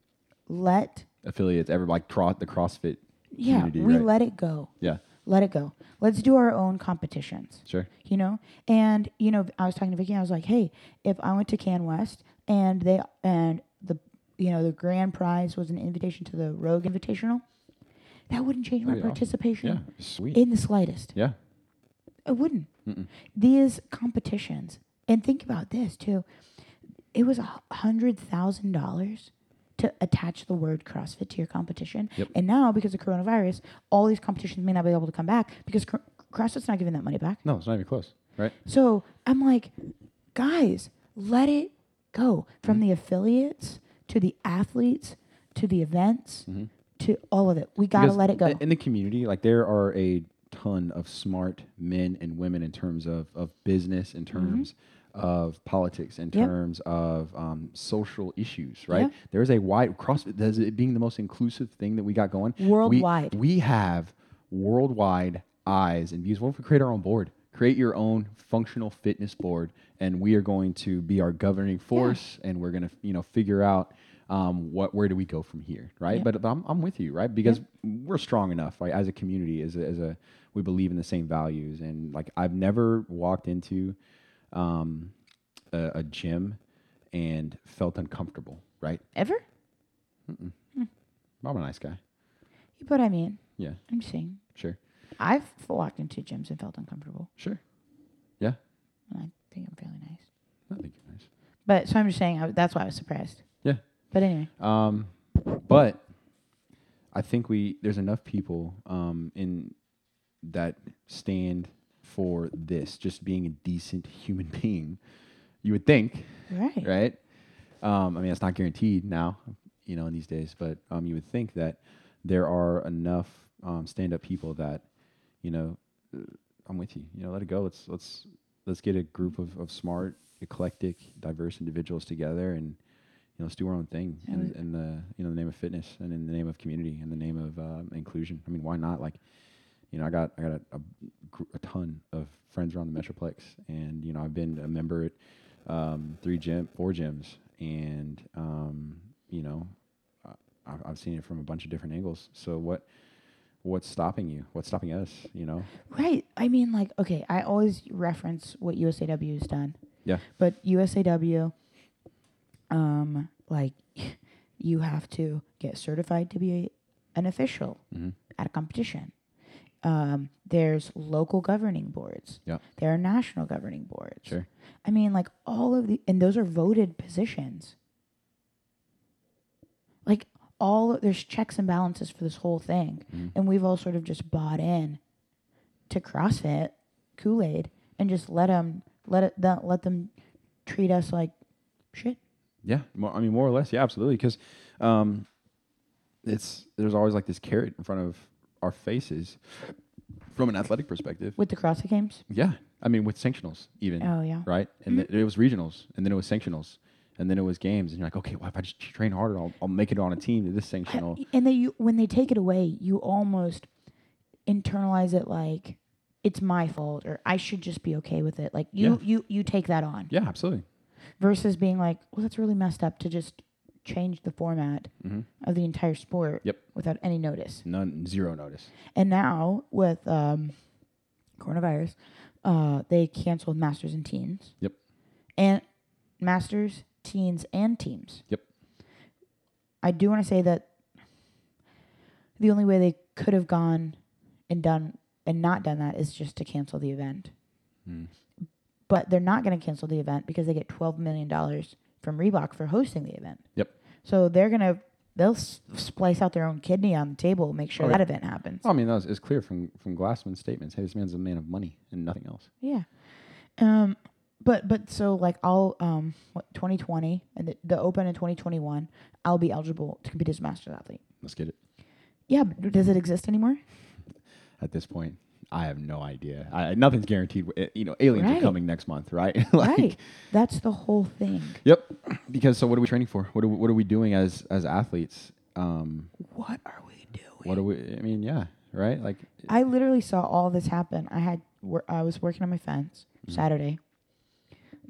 let Affiliates, every like tro- the CrossFit yeah, community, we right? let it go. yeah, Let it go. Let's do our own competitions. sure, You know? And you know, I was talking to Vicky, I was like, hey, if I went to Can West and they and the you know, the grand prize was an invitation to the Rogue Invitational, that wouldn't change my yeah. yeah, participation sweet, in the slightest. yeah, It wouldn't. These competitions, and think about this too. It was a hundred thousand dollars to attach the word CrossFit to your competition, Yep. and now because of coronavirus, all these competitions may not be able to come back because cr- CrossFit's not giving that money back. no, it's not even close, right? So I'm like, guys, let it go Mm-hmm. from the affiliates to the athletes to the events to all of it. We gotta Mm-hmm. Because let it go. i- In the community, like there are a ton of smart men and women in terms of, of business, in terms of politics, in Mm-hmm. Yep. terms of um, social issues, right? Yeah. There is a wide CrossFit does it being the most inclusive thing that we got going. we- Worldwide. We, have worldwide eyes and views. What if we create our own board? Create your own functional fitness board, and we are going to be our governing force, and we're going to, you know, figure out um, what where do we go from here, right? Yeah. But, but I'm, I'm with you, right? Because we're strong enough, right? As a community, as a, as a we believe in the same values, and like I've never walked into um, a, a gym and felt uncomfortable, right? Ever? I'm a nice guy. But I mean, Yeah, I'm saying sure, I've walked into gyms and felt uncomfortable. sure, yeah. And I think I'm fairly nice. I think you're nice. But so I'm just saying I, that's why I was surprised. Yeah. But anyway, Um, But I think we there's enough people um, in that stand for this, just being a decent human <laughs> being. You would think, Right. right? Um, I mean, it's not guaranteed now, you know, in these days, but um, you would think that there are enough um, stand-up people that, you know, uh, I'm with you. You know, let it go. Let's let's let's get a group of, of smart, eclectic, diverse individuals together, and you know, let's do our own thing Yeah, in, we- in the you know the name of fitness and in the name of community and the name of um, inclusion. I mean, why not? Like, you know, I got I got a, a, gr- a ton of friends around the Metroplex, and you know, I've been a member at um, three gym, four gyms, and um, you know, I, I've- I've seen it from a bunch of different angles. So what? What's stopping you? What's stopping us? You know? Right. I mean, like, okay, I always reference what USAW has done. Yeah. But USAW, um, like, <laughs> you have to get certified to be an official Mhm. at a competition. Um, there's local governing boards. Yeah. There are national governing boards. Sure. I mean, like all of the, and those are voted positions. Like all, there's checks and balances for this whole thing. Mhm. And we've all sort of just bought in to CrossFit, Kool Aid, and just let them, let it, th- let them treat us like shit. Yeah, more, I mean, more or less, yeah, absolutely. Because um, it's there's always like this carrot in front of our faces from an athletic perspective. With the CrossFit games? Yeah, I mean, with sanctionals even, Oh, yeah. right? And th- it was regionals, and then it was sanctionals, and then it was games, and you're like, okay, well, if I just train harder, I'll, I'll make it on a team to this I- sanctional. and they you, when they take it away, you almost internalize it like it's my fault or I should just be okay with it. Like you Yeah. you you take that on yeah, absolutely. versus being like, well, that's really messed up to just change the format Mhm. of the entire sport Yep. without any notice. None, zero notice. And now with um, coronavirus, uh, they canceled masters and teens. Yep. And masters, teens, and teams. Yep. I do want to say that the only way they could have gone and done and not done that is just to cancel the event. Mm. But they're not going to cancel the event because they get twelve million dollars from Reebok for hosting the event. Yep. So they're gonna they'll s- splice out their own kidney on the table, make sure Oh, yeah. that event happens. I mean, that was, it's clear from from Glassman's statements. Hey, this man's a man of money and nothing else. Yeah. Um, but but so like I'll um what 2020 and the, the Open in 2021, I'll be eligible to compete as a masters athlete. Let's get it. Yeah, but does it exist <laughs> anymore? at this point. I have no idea. I, nothing's guaranteed. Eh, You know, aliens are Right. coming next month, right? <laughs> like, right. That's the whole thing. Yep. Because so, what are we training for? What are we, what are we doing as as athletes? Um, What are we doing? what are we? I mean, yeah, right. Like, I literally saw all this happen. I had wor- I was working on my fence Saturday.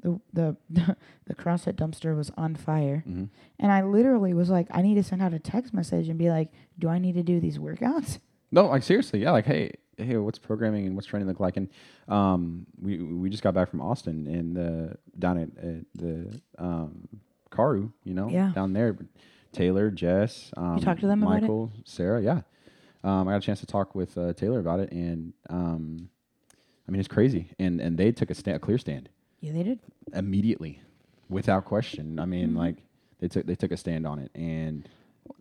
The, the <laughs> the CrossFit dumpster was on fire, Mhm. and I literally was like, I need to send out a text message and be like, Do I need to do these workouts? no, like seriously, yeah. Like, hey, hey, what's programming and what's training look like? And um, we we just got back from Austin and the down at, at the um, Karu, you know, Yeah. down there. Taylor, Jess, um, talked to them about it? Michael, Sarah, yeah. Um, I got a chance to talk with uh, Taylor about it, and um, I mean, it's crazy. And and they took a, sta- a clear stand. Yeah, they did. immediately, without question. I mean, Mm-hmm. like they took they took a stand on it, and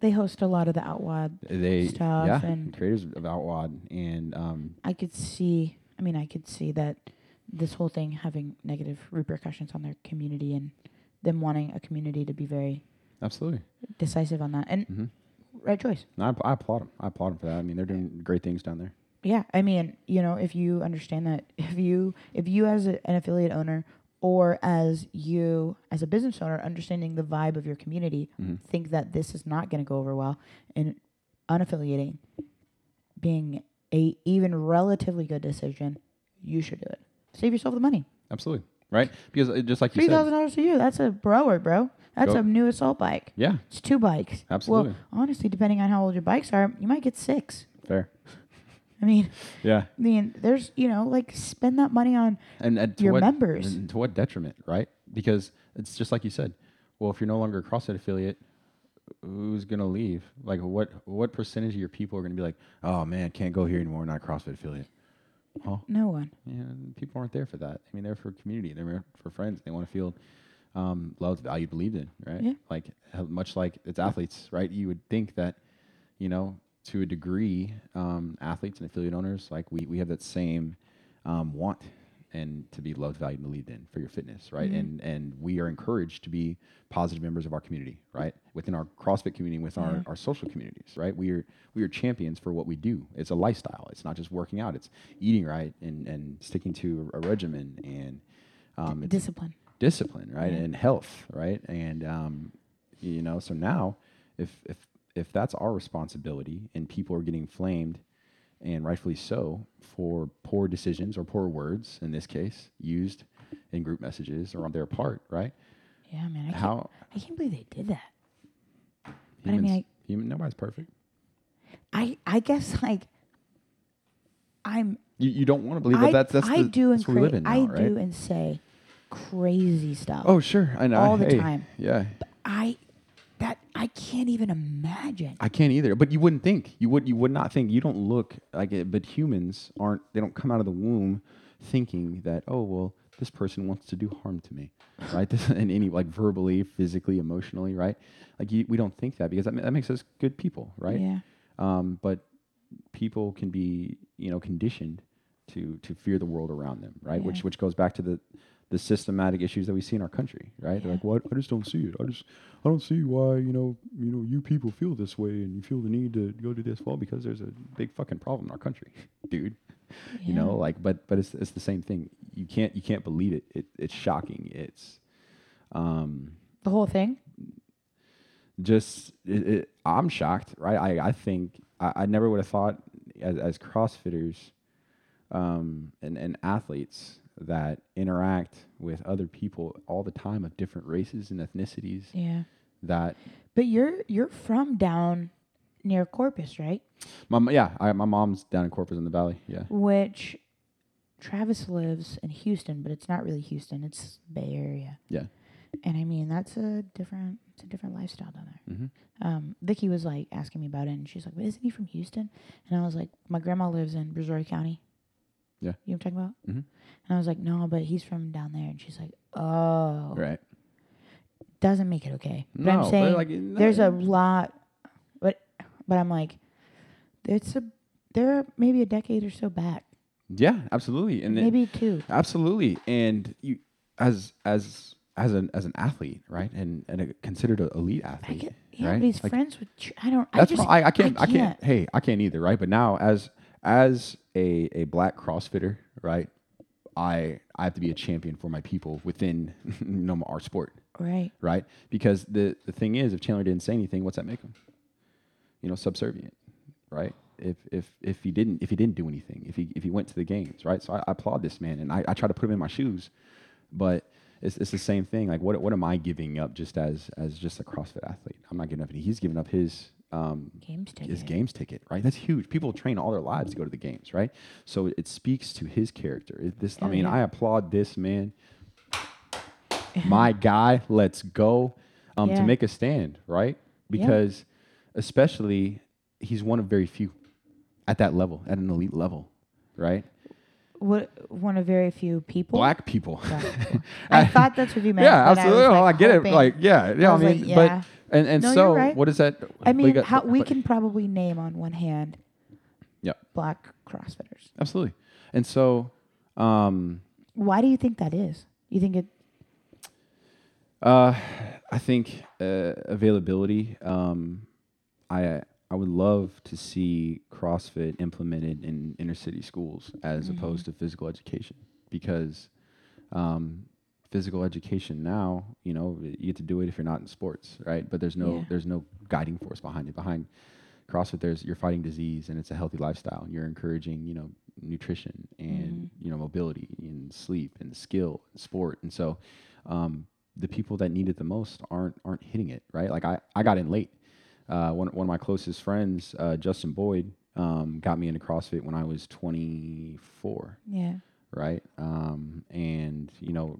They host a lot of the Outwad they Stuff yeah, and- creators of Outwad, and um, I could see. I mean, I could see that this whole thing having negative repercussions on their community and them wanting a community to be very absolutely. decisive on that. And Mhm. right choice. And I, I applaud them. I applaud them for that. I mean, they're doing great things down there. Yeah, I mean, you know, if you understand that, <laughs> if you, if you as a, an affiliate owner or as you as a business owner, understanding the vibe of your community, Mhm. think that this is not going to go over well, and unaffiliating, being a even relatively good decision, you should do it. Save yourself the money. Absolutely, right? Because uh, just like you Three said, thousand dollars to you. That's a broer, bro. That's Go- a new assault bike. yeah, It's two bikes. Absolutely. Well, honestly, depending on how old your bikes are, you might get six. fair, I mean, <laughs> yeah. I mean, there's you know, like spend that money on And, and to Your what, members. and to what detriment, right? Because it's just like you said. Well, if you're no longer a CrossFit affiliate, who's gonna leave? Like, what what percentage of your people are gonna be like, oh man, can't go here anymore, not a CrossFit affiliate? Huh? no one. and people aren't there for that. I mean, they're for community. They're for friends. They want to feel um, loved, valued, believed in, right? Yeah. Like how- much like it's athletes, right? You would think that, you know, to a degree, um, athletes and affiliate owners, like we we have that same um, want and to be loved, valued, and believed in for your fitness, right? And and we are encouraged to be positive members of our community, right? Within our CrossFit community, with our, our social communities, right? We are we are champions for what we do. It's a lifestyle. It's not just working out. It's eating right and and sticking to a, a regimen and um, it's Discipline. discipline, right, and health, right, and um, you know, so now if if if that's our responsibility and people are getting flamed, and rightfully so, for poor decisions or poor words in this case used in group messages or on their part, right? Yeah, man. I can't, How I can't believe they did that. But I mean, humans, like- human, nobody's perfect. I I guess <laughs> like I'm You, you don't want to believe I, that. That's that's I the, do and that's what we live cra- in now, I right? do and say crazy stuff. oh sure, I know. all the Hey, time. Yeah, I that I can't even imagine. I can't either. But you wouldn't think you would you would not think you don't look like it. But humans aren't they don't come out of the womb thinking that oh well this person wants to do harm to me, right? This, in any like verbally, physically, emotionally, right? Like you, we don't think that because that, ma- that makes us good people, right? Yeah. Um, but people can be you know conditioned to to fear the world around them, right? Which which goes back to the the systematic issues that we see in our country, right? They're like, "What? I just don't see it. I just I don't see why you know you know you people feel this way and you feel the need to go to this well because there's a big fucking problem in our country, <laughs> dude. You Yeah. know, like, but but it's it's the same thing. You can't you can't believe it. it it's shocking. It's um The whole thing. just it, it, I'm shocked, right? I, I think I, I never would have thought as, as CrossFitters um, and, and athletes that interact with other people all the time of different races and ethnicities Yeah. that But you're you're from down near Corpus, right? my mo- yeah I, my mom's down in Corpus in the Valley yeah Which Travis lives in Houston, but it's not really Houston. It's Bay Area. yeah And I mean, that's a different, it's a different lifestyle down there. Mhm. Um, Vicky was like asking me about it, and she's like, "But isn't he from Houston?" And I was like, "My grandma lives in Brazoria County." Yeah. you know what I'm talking about? Mhm. And I was like, "No, but he's from down there." And she's like, "Oh, right doesn't make it okay." But No, I'm but, saying like, it- no, there's a it- lot, but but I'm like, it's a they're maybe a decade or so back, yeah absolutely and it- maybe two. Absolutely, and you as as as an as an athlete, right, and and a, considered an elite I athlete, get, yeah, right? but he's Like, friends with. Tr- I don't. that's I just. why I, I can't I can't, hey I can't either, right? But now as as a a black CrossFitter, right, I I have to be a champion for my people within <laughs> you know our sport, Right. right? Because the the thing is, if Chandler didn't say anything, what's that make him? You know, subservient, right? If if if he didn't if he didn't do anything, if he if he went to the games, right? So I, I applaud this man, and I, I try to put him in my shoes, but it's it's the same thing. Like what what am I giving up just as as just a CrossFit athlete? I'm not giving up. anything. He's giving up his um Games ticket. his games ticket, right? That's huge. People train all their lives to go to the games, right? So it speaks to his character. It- this, I Hell mean, yeah. I applaud this man. My guy, let's go um, Yeah. to make a stand, right? Yeah. Because especially he's one of very few at that level, at an elite level, right? What one of very few people. <laughs> Black people. <laughs> I thought that's what you meant. yeah, but was, absolutely. Well, I, like, get hoping- it. Like, yeah, yeah. I, I was mean, like, yeah. but and and No, you're so right. what is that? I we mean, got- how, we but- can probably name on one hand Yeah, black CrossFitters. absolutely. And so, um, Why do you think that is? You think it? Uh, I think uh, availability. Um, I I would love to see CrossFit implemented in inner city schools as opposed to physical education because um, physical education now, you know, you get to do it if you're not in sports, right? But there's no Yeah. there's no guiding force behind it. Behind CrossFit, there's you're fighting disease and it's a healthy lifestyle. And you're encouraging, you know, nutrition and you know mobility and sleep and skill and sport. And so, um, the people that need it the most aren't aren't hitting it right. Like I, I got in late. Uh, one one of my closest friends, uh, Justin Boyd, um, got me into CrossFit when I was 24 Yeah. right? Um, and you know,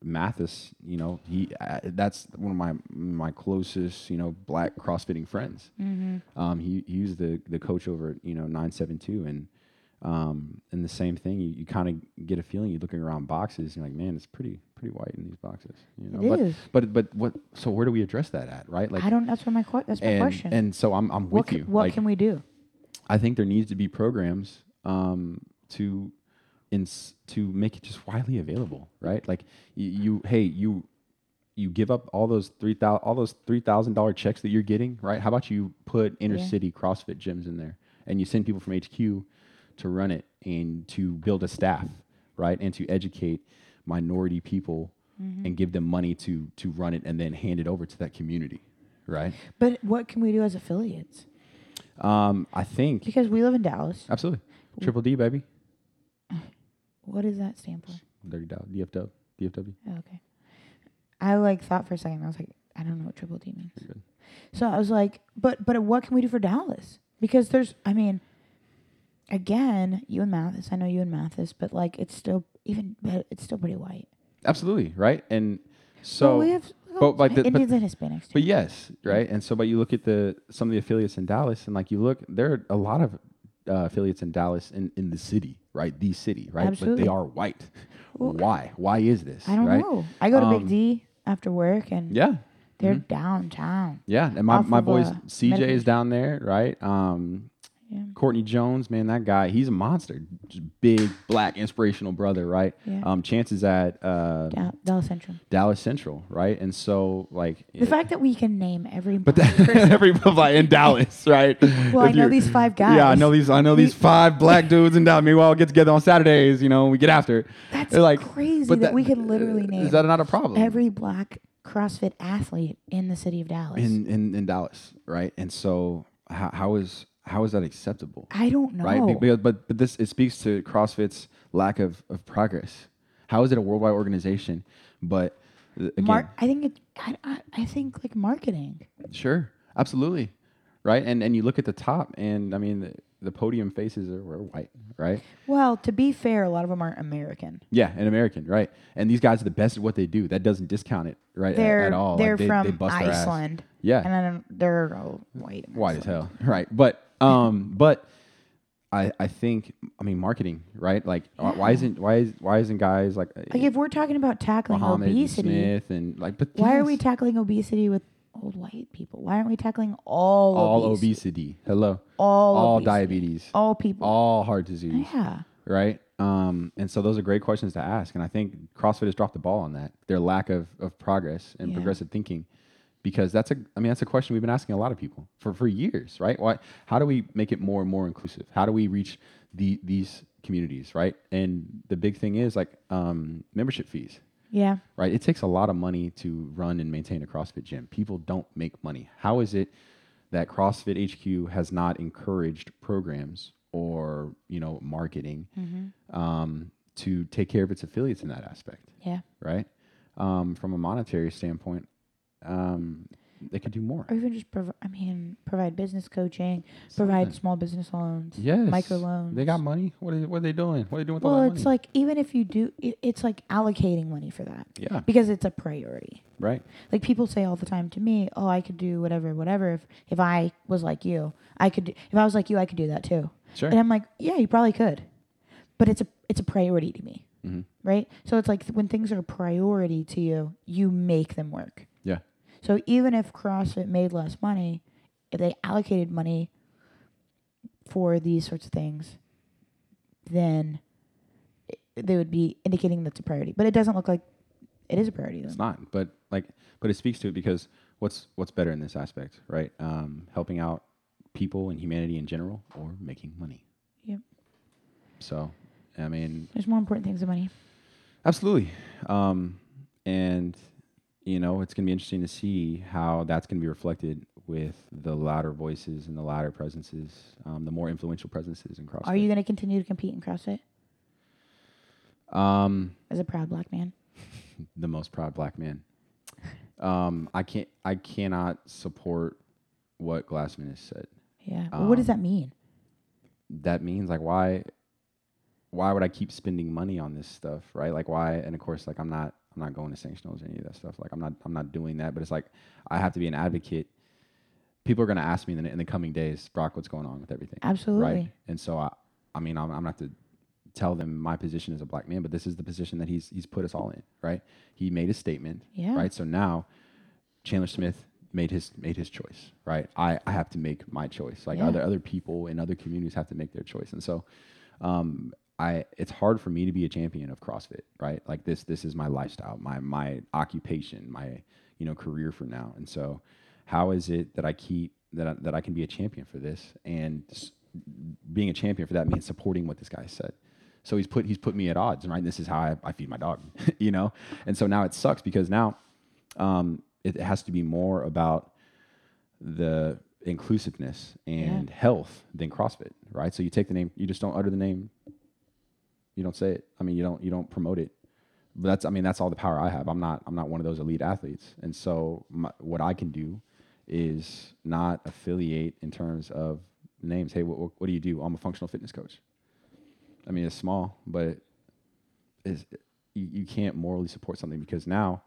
Mathis, you know, he uh, that's one of my my closest, you know, black crossfitting Mm-hmm. friends. Um, he, he was the the coach over at you know nine seven two, and um, and the same thing, you, you kind of get a feeling. You're looking around boxes, and you're like, man, it's pretty pretty white in these boxes. You know? It but, is. but but what? So where do we address that at? Right? Like, I don't. That's what my que- that's my and, question. And so I'm I'm with what c- you. what Like, can we do? I think there needs to be programs um, to ins- to make it just widely available, right? Like you, you hey, you you give up all those three thousand all those three thousand dollar checks that you're getting, right? How about you put inner Yeah. city CrossFit gyms in there, and you send people from HQ to run it and to build a staff, right, and to educate minority people and give them money to to run it and then hand it over to that community, right? But what can we do as affiliates? Um, I think Because we live in Dallas. absolutely triple D baby. What does that stand for? Dirty Dow, DFW, DFW. Oh, okay. I like thought for a second. I was like, I don't know what triple D means. You're good. So I was like, but but what can we do for Dallas? Because there's, I mean, again, you and Mathis. I know you and Mathis, but like it's still even, but it's still pretty white. Absolutely, right? And so, Well, we have but, like, the- but- Indians and Hispanics. Too. but yes, right? And so, but you look at the some of the affiliates in Dallas, and like you look, there are a lot of uh, affiliates in Dallas in, in the city, right? The city, right? But Absolutely. they are white. Well, Why? Why is this? I don't right? know. I go to Um, Big D after work, and Yeah, mm-hmm. they're downtown. yeah. And my, Off my of, boys, uh, CJ is Medicaid. down there, right? Um, Yeah. Courtney Jones, man, that guy, he's a monster. Just big, black, inspirational brother, right? Yeah. Um, chances at uh, Dal- Dallas Central. Dallas Central, right? And so, like, The it- fact that we can name every But black person- that, <laughs> every like in Dallas, right? <laughs> Well, I If know you- these five guys. Yeah, I know these. I know these We- <laughs> five black dudes in Dallas. Meanwhile, we get together on Saturdays. You know, we get after it. That's They're like crazy but uh, that, we could literally is name that not a problem? every black CrossFit athlete in the city of Dallas. in, in in Dallas, right? And so, how, how is how is that acceptable? I don't know. Right? Be- because- But but this it speaks to CrossFit's lack of of progress. How is it a worldwide organization? But uh, again, Mar- I think it. I, I, I think like marketing. Sure, absolutely, right? And and you look at the top, and I mean the, the podium faces are were white, right? Well, to be fair, a lot of them aren't American. Yeah, an American, right? And these guys are the best at what they do. That doesn't discount it, right? a- They're at all. Like, they're they- they from bust their ass. Iceland. Yeah, And I don't, they're all white. in <laughs> white as Iceland. hell, <laughs> right? But um, but I I think I mean marketing, right? Like why- why isn't why is why isn't guys like, uh, Like if we're talking about tackling Muhammad and obesity, Smith and like, but why are yes, we tackling obesity with old white people? Why aren't we tackling all all obese- obesity? Hello, all all obesity, diabetes, all people? all heart disease. yeah. right? Um, and so those are great questions to ask. And I think CrossFit has dropped the ball on that, their lack of, of progress and Yeah. progressive thinking, because that's a, I mean, that's a question we've been asking a lot of people for, for years, right? Why, how do we make it more and more inclusive? How do we reach the, these communities, right? And the big thing is like um, membership fees, Yeah. right? It takes a lot of money to run and maintain a CrossFit gym. People don't make money. How is it that CrossFit HQ has not encouraged programs or you know marketing Mm-hmm. um, to take care of its affiliates in that aspect, Yeah. right? Um, from a monetary standpoint, um, they could do more. or even just provide. I mean, provide business coaching, provide small business loans, Yes, micro loans. They got money. What are, what are they doing? What are they doing with all Well, that it's money? like even if you do, it, it's like allocating money for that yeah, because it's a priority. right. Like people say all the time to me, "Oh, I could do whatever, whatever." If if I was like you, I could. Do, if I was like you, I could do that too. Sure. And I'm like, yeah, you probably could, but it's a it's a priority to me, Mhm. right? So it's like th- when things are a priority to you, you make them work. Yeah, So even if CrossFit made less money, if they allocated money for these sorts of things, then it, they would be indicating that's a priority. But it doesn't look like it is a priority. Though. It's not, but like, but it speaks to it because what's what's better in this aspect, right? Um, helping out people and humanity in general, or making money. Yep. So, I mean, There's more important things than money. absolutely. Um, and you know, it's gonna be interesting to see how that's gonna be reflected with the louder voices and the louder presences, um, the more influential presences in CrossFit. Are you going to continue to compete in CrossFit um, as a proud black man? the most proud black man. Um, I can't. I cannot support what Glassman has said. Yeah. what does Um, that mean? that means like why why would i keep spending money on this stuff right like why and of course like i'm not i'm not going to sanctionals or any of that stuff like i'm not i'm not doing that but it's like i have to be an advocate people are going to ask me in the, in the coming days brock what's going on with everything Absolutely. right and so i i mean i'm, I'm gonna have to tell them my position as a black man, but this is the position that he's he's put us all in, right? He made a statement, Yeah. right? So now Chandler Smith made his made his choice, right? I, I have to make my choice. Like Yeah. other other people in other communities have to make their choice. And so um I it's hard for me to be a champion of CrossFit, right? Like this this is my lifestyle, my my occupation, my you know career for now. And so how is it that I keep that I, that I can be a champion for this and s- being a champion for that means supporting what this guy said. So he's put he's put me at odds, right? this is how I, I feed my dog, <laughs> you know. And so now it sucks because now um, it has to be more about the inclusiveness and health than CrossFit, right? So you take the name, you just don't utter the name, you don't say it. I mean, you don't you don't promote it. But that's I mean that's all the power I have. I'm not I'm not one of those elite athletes, and so my, what I can do is not affiliate in terms of names. Hey, what, what, what do you do? I'm a functional fitness coach. I mean, it's small, but is you, you can't morally support something because now,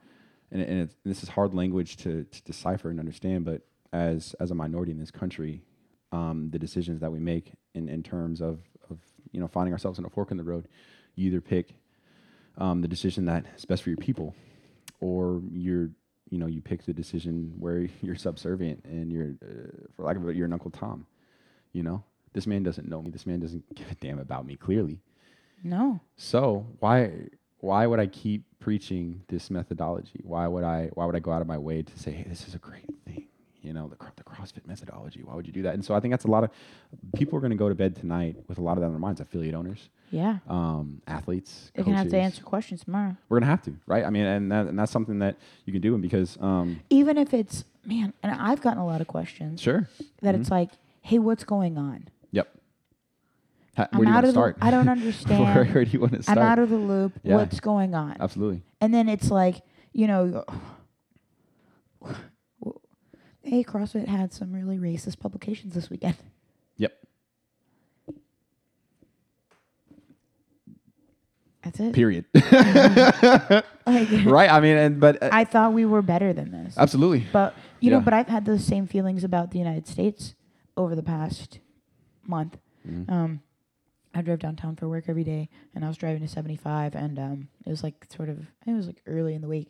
and, and it's, this is hard language to, to decipher and understand. But as as a minority in this country, um, the decisions that we make in, in terms of, of you know finding ourselves in a fork in the road, you either pick um, the decision that is best for your people, or you're you know you pick the decision where <laughs> you're subservient and you're uh, for lack of a better, you're an Uncle Tom. You know this man doesn't know me. This man doesn't <laughs> give a damn about me. Clearly, No. so why why would I keep preaching this methodology? Why would I why would I go out of my way to say, hey, this is a great thing? You know, the, cro- the CrossFit methodology. Why would you do that? And so I think that's a lot of people are going to go to bed tonight with a lot of that in their minds. Affiliate owners, Yeah. um, athletes, They're going to have to coaches. answer questions tomorrow. We're going to have to, right? I mean, and that, and that's something that you can do. And because, um, Even if it's, man, and I've gotten a lot of questions sure, that Mm-hmm. it's like, hey, what's going on? yep. Ha- I'm where do you want out to of the- start? <laughs> I don't Where- understand. where do you want to start? I'm out of the loop. Yeah. Uh, What's going on? Absolutely. And then it's like, you know, <sighs> hey, CrossFit had some really racist publications this weekend. Yep. That's it. Period. <laughs> Like, right. I mean, and but uh, I thought we were better than this. absolutely. But, you know, Yeah. but I've had those same feelings about the United States over the past month. Mhm. Um, I drove downtown for work every day, and I was driving to 75, and um, it was like sort of, I think it was like early in the week.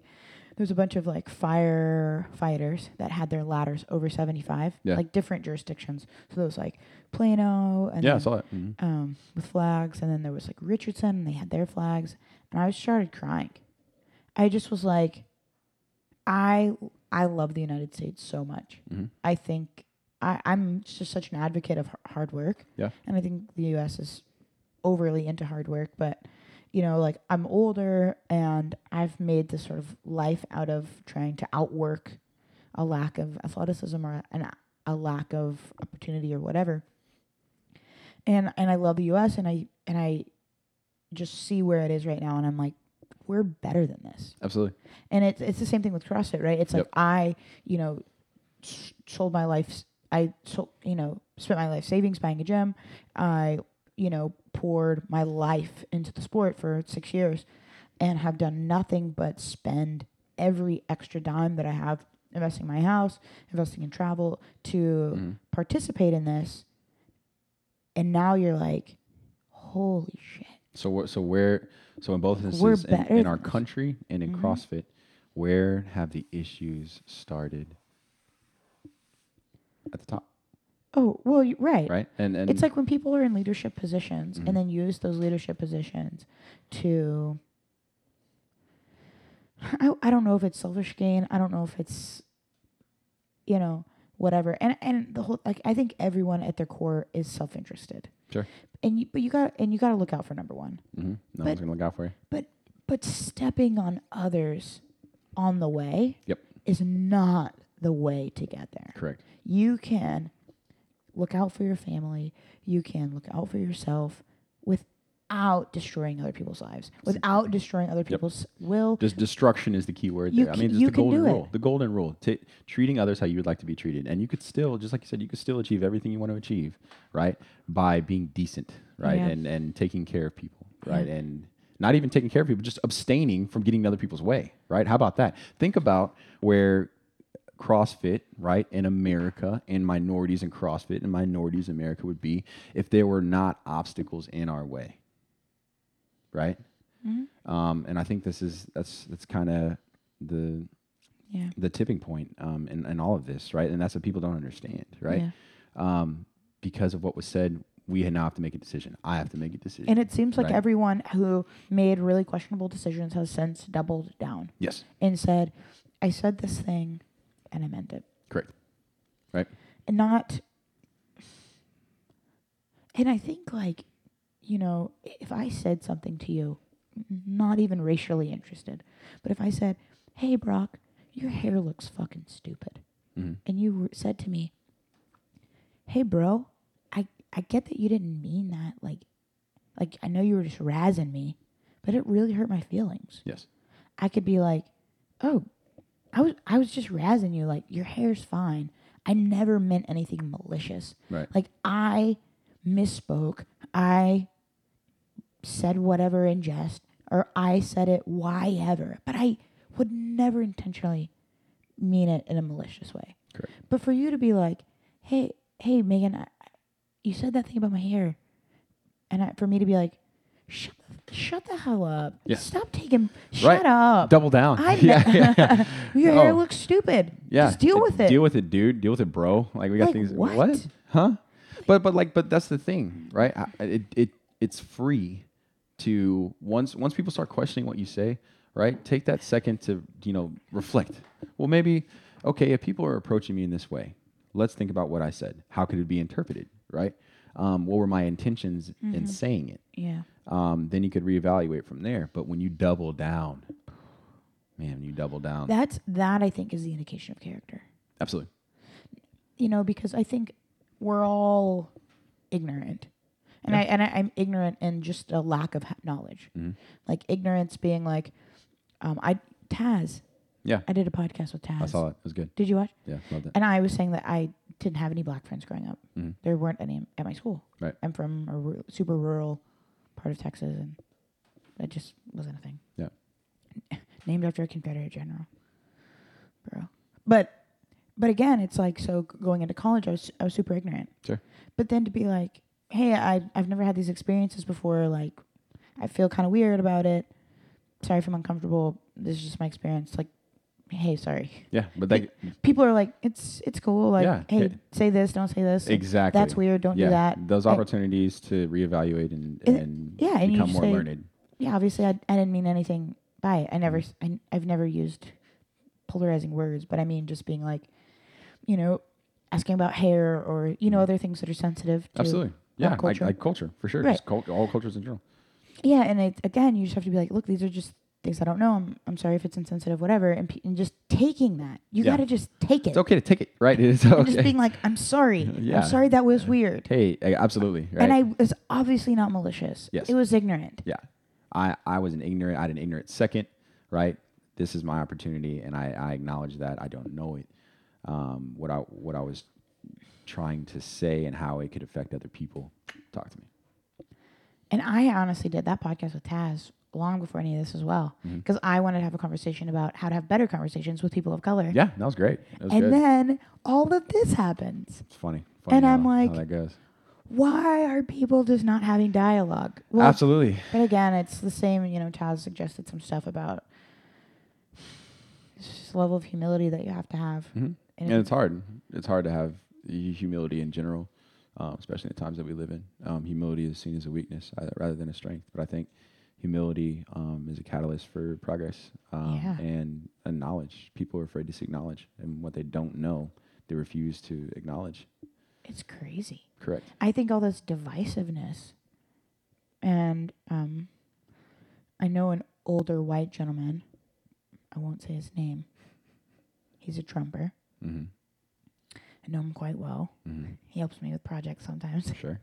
There was a bunch of like firefighters that had their ladders over 75, Yeah. like different jurisdictions. So there was like Plano, and yeah, I then, saw it. Mhm. um, with flags, and then there was like Richardson, and they had their flags, and I started crying. I just was like, I I love the United States so much. Mhm. I think I, I'm just such an advocate of h- hard work. Yeah. and I think the U.S. is overly into hard work, but you know, like I'm older, and I've made this sort of life out of trying to outwork a lack of athleticism or an, a lack of opportunity or whatever and and I love the U.S. and I and I just see where it is right now, and I'm like, we're better than this. Absolutely. And it's it's the same thing with CrossFit, right? It's like Yep. I, you know, s- sold my life. I sold, you know, spent my life savings buying a gym. I, you know, poured my life into the sport for six years, and have done nothing but spend every extra dime that I have investing in my house, investing in travel to Mhm. participate in this and now you're like holy shit So wh- so where so in both we're instances in, better in than our this. country and in Mhm. CrossFit, where have the issues started? At the top, oh well you right, right? And and it's like when people are in leadership positions Mhm. and then use those leadership positions to I, I don't know if it's selfish gain i don't know if it's you know whatever and and the whole like i think everyone at their core is self-interested Sure. and you but you got and you got to look out for number one mhm, no but- one's gonna look out for you. but stepping on others on the way Yep. is not the way to get there. Correct. You can look out for your family, you can look out for yourself without destroying other people's lives, without destroying other people's will. Just destruction is the key word You there. I c- mean, just you the can golden do rule. it. The golden rule: t- treating others how you would like to be treated, and you could still, just like you said, you could still achieve everything you want to achieve, right? By being decent, right, Yeah. and and taking care of people, right, Yeah. and not even taking care of people, just abstaining from getting in other people's way, right? How about that? Think about where CrossFit, right, in America and minorities in CrossFit and minorities in America would be if there were not obstacles in our way. right? Mhm. Um, and I think this is that's that's kind of the Yeah. the tipping point um, in, in all of this, right? And that's what people don't understand, right? Yeah. Um, because of what was said, we now have to make a decision. I have to make a decision. And it seems like Right. everyone who made really questionable decisions has since doubled down yes, and said, I said this thing and I meant it. correct. And not and I think like, you know, if I said something to you, n- not even racially interested, but if I said, Hey Brock, your hair looks fucking stupid Mhm. and you were- said to me, Hey bro, I, I get that you didn't mean that, like like I know you were just razzing me, but it really hurt my feelings. Yes, I could be like, "Oh, I was I was just razzing you. Like your hair's fine. I never meant anything malicious. right. Like I misspoke. I said whatever in jest, or I said it why ever. But I would never intentionally mean it in a malicious way. Correct. But for you to be like, "Hey, hey, Megan, I, I- you said that thing about my hair," and I, for me to be like. Shut, the- shut the hell up. Yeah. Stop taking. Right. Shut up. Double down. I <laughs> yeah, yeah, yeah. Your hair Oh. looks stupid. Yeah. <laughs> Just deal with it. Deal with it, dude. Deal with it, bro. Like we got Like, things. what? Huh? But but like but that's the thing, right? I, it it it's free to once once people start questioning what you say, right? Take that second to you know reflect. Well, maybe okay if people are approaching me in this way, let's think about what I said. How could it be interpreted, right? Um, what were my intentions Mm-hmm. in saying it? yeah. Um, then you could reevaluate from there. But when you double down, man, when you double down. That's that I think is the indication of character. absolutely. You know, because I think we're all ignorant. And I and I, I'm ignorant in just a lack of ha- knowledge. Mm-hmm. Like ignorance being like um I Taz. Yeah. I did a podcast with Taz. I saw it. It was good. Did you watch? Yeah, loved it. And I was saying that I didn't have any black friends growing up. Mhm. There weren't any at my school. Right. I'm from a ru- super rural part of Texas, and that just wasn't a thing. Yeah. <laughs> Named after a Confederate general, bro. But, but again, it's like so g- going into college, I was I was super ignorant. Sure. But then to be like, hey, I I've never had these experiences before. Like, I feel kind of weird about it. Sorry if I'm uncomfortable. This is just my experience. Like, hey, sorry. Yeah, but that People are like, it's it's cool. Like, Yeah, hey, it- say this, don't say this. exactly. That's weird. Don't yeah, do that. Those I- opportunities to reevaluate and And- and yeah, and you become just more say- learned. yeah, obviously, I, I didn't mean anything by it. I never, s- I, have never used polarizing words, but I mean just being like, you know, asking about hair or you know other things that are sensitive. To, Mm. Absolutely. Yeah, like culture. like culture for sure. Right. Just cult, all cultures in general. Yeah, and it, again, you just have to be like, look, these are just things I don't know. I'm, I'm sorry if it's insensitive, whatever. And, pe- and just taking that, you Yeah. got to just take it. It's okay to take it, right? <laughs> It's okay. And just being like, I'm <laughs> sorry. Yeah. I'm sorry that was weird. hey, eh, absolutely. Right. And I was obviously not malicious. Yes. It was ignorant. yeah, I I was an ignorant. I had an ignorant second. Right. This is my opportunity, and I, I acknowledge that. I don't know it. Um, what I what I was trying to say and how it could affect other people. Talk to me. And I honestly did that podcast with Taz long before any of this as well, Mm-hmm. because I wanted to have a conversation about how to have better conversations with people of color. Yeah, that was great. That was and good. then all of this happens. it's funny. funny and how- I'm like- how that goes. Why are people just not having dialogue? Well, Absolutely. But again, it's the same. You know, Taz suggested some stuff about <sighs> this level of humility that you have to have. Mhm. And And it's hard. It's hard to have hu- humility in general, um, especially in the times that we live in. Um, humility is seen as a weakness uh, rather than a strength. But I think humility um, is a catalyst for progress um, Yeah. and, and knowledge. People are afraid to seek knowledge, and what they don't know, they refuse to acknowledge. it's crazy. Correct. I think all this divisiveness, and um, I know an older white gentleman. I won't say his name. He's a Trumper. hmm I know him quite well. <laughs> hmm He helps me with projects sometimes, <laughs> Sure.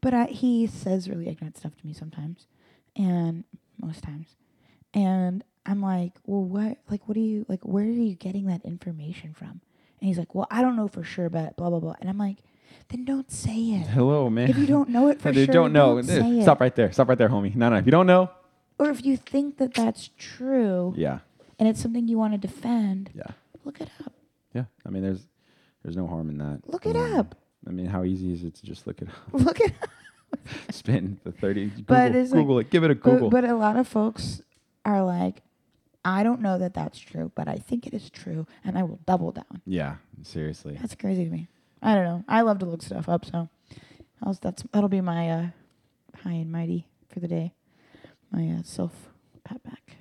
but I, he says really ignorant stuff to me sometimes, and most times, and I'm like, well, what? Like, what are you like? Where are you getting that information from? And he's like, well, I don't know for sure, but blah blah blah. And I'm like, then don't say <laughs> it. Hello, man. If you don't know it <laughs> for If you sure, don't know, don't say it. stop right there. Stop right there, homie. No, no. If you don't know, Or if you think that that's true yeah, and it's something you want to defend, yeah. look it up. Yeah, I mean, there's there's no harm in that. Look it Um, up. <laughs> I mean, how easy is it to just look it up? Look it up. <laughs> spin the 30 google, But it's like- google it give it a But, google but a lot of folks are like, I don't know that that's true, but I think it is true, and I will double down. yeah seriously That's crazy to me. I don't know. I love to look stuff up, so I was- that's that'll be my uh, high and mighty for the day. My uh, self pat back.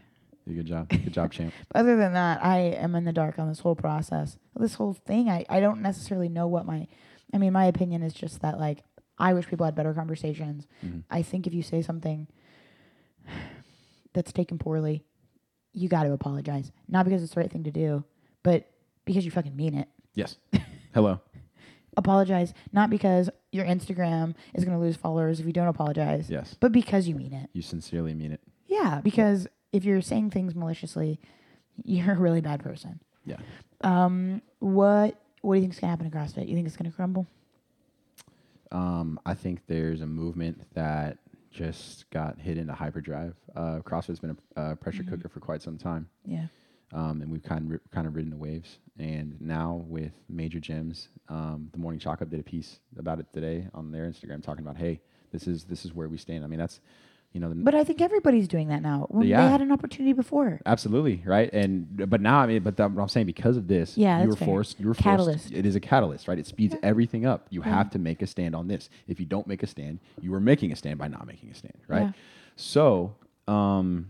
You good job good job <laughs> champ Other than that, I am in the dark on this whole process, this whole thing. I I don't necessarily know what my, I mean, my opinion is just that like I wish people had better conversations. Mhm. I think if you say something that's taken poorly, you got to apologize. Not because it's the right thing to do, but because you fucking mean it. yes hello Apologize, not because your Instagram is going to lose followers if you don't apologize, yes but because you mean it. you sincerely mean it Yeah, because if you're saying things maliciously, you're a really bad person. Yeah. Um, what what do you think's gonna happen to CrossFit? You think it's gonna crumble? um, I think there's a movement that just got hit into hyperdrive. Uh, CrossFit's been a uh, pressure Mm-hmm. cooker for quite some time, Yeah. um, and we've kind of ri- kind of ridden the waves. And now with major gyms, um, the Morning Chalk Up did a piece about it today on their Instagram, talking about, hey, this is this is where we stand. I mean, that's you know, the, But I think everybody's doing that now. When Yeah. They had an opportunity before. absolutely right. And but now I mean, but that, what I'm saying because of this, Yeah, you that's were fair. forced. You were Catalyst. forced. It is a catalyst, right? It speeds everything up. You have to make a stand on this. If you don't make a stand, you are making a stand by not making a stand, right? Yeah. So, um,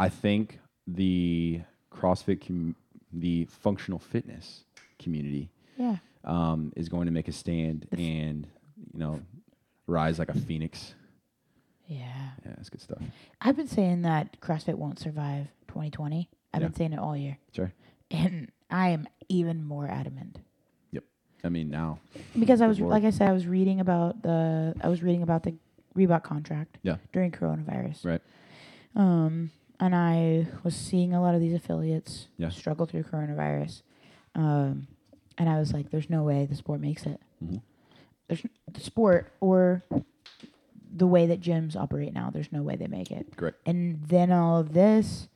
I think the CrossFit, com- the functional fitness community, Yeah. um, is going to make a stand and you know rise like a phoenix. Yeah. Yeah, that's good stuff. I've been saying that CrossFit won't survive 2020. I've Yeah. been saying it all year, Sure. and I am even more adamant Yep. I mean now. because I Good was lord. like I said I was reading about the I was reading about the Reebok contract Yeah. during coronavirus. Right. Um, and I was seeing a lot of these affiliates Yeah. struggle through coronavirus. Um, and I was like, there's no way the sport makes it. Mhm. There's n- the sport or the way that gyms operate now, there's no way they make it. Correct. And then all of this,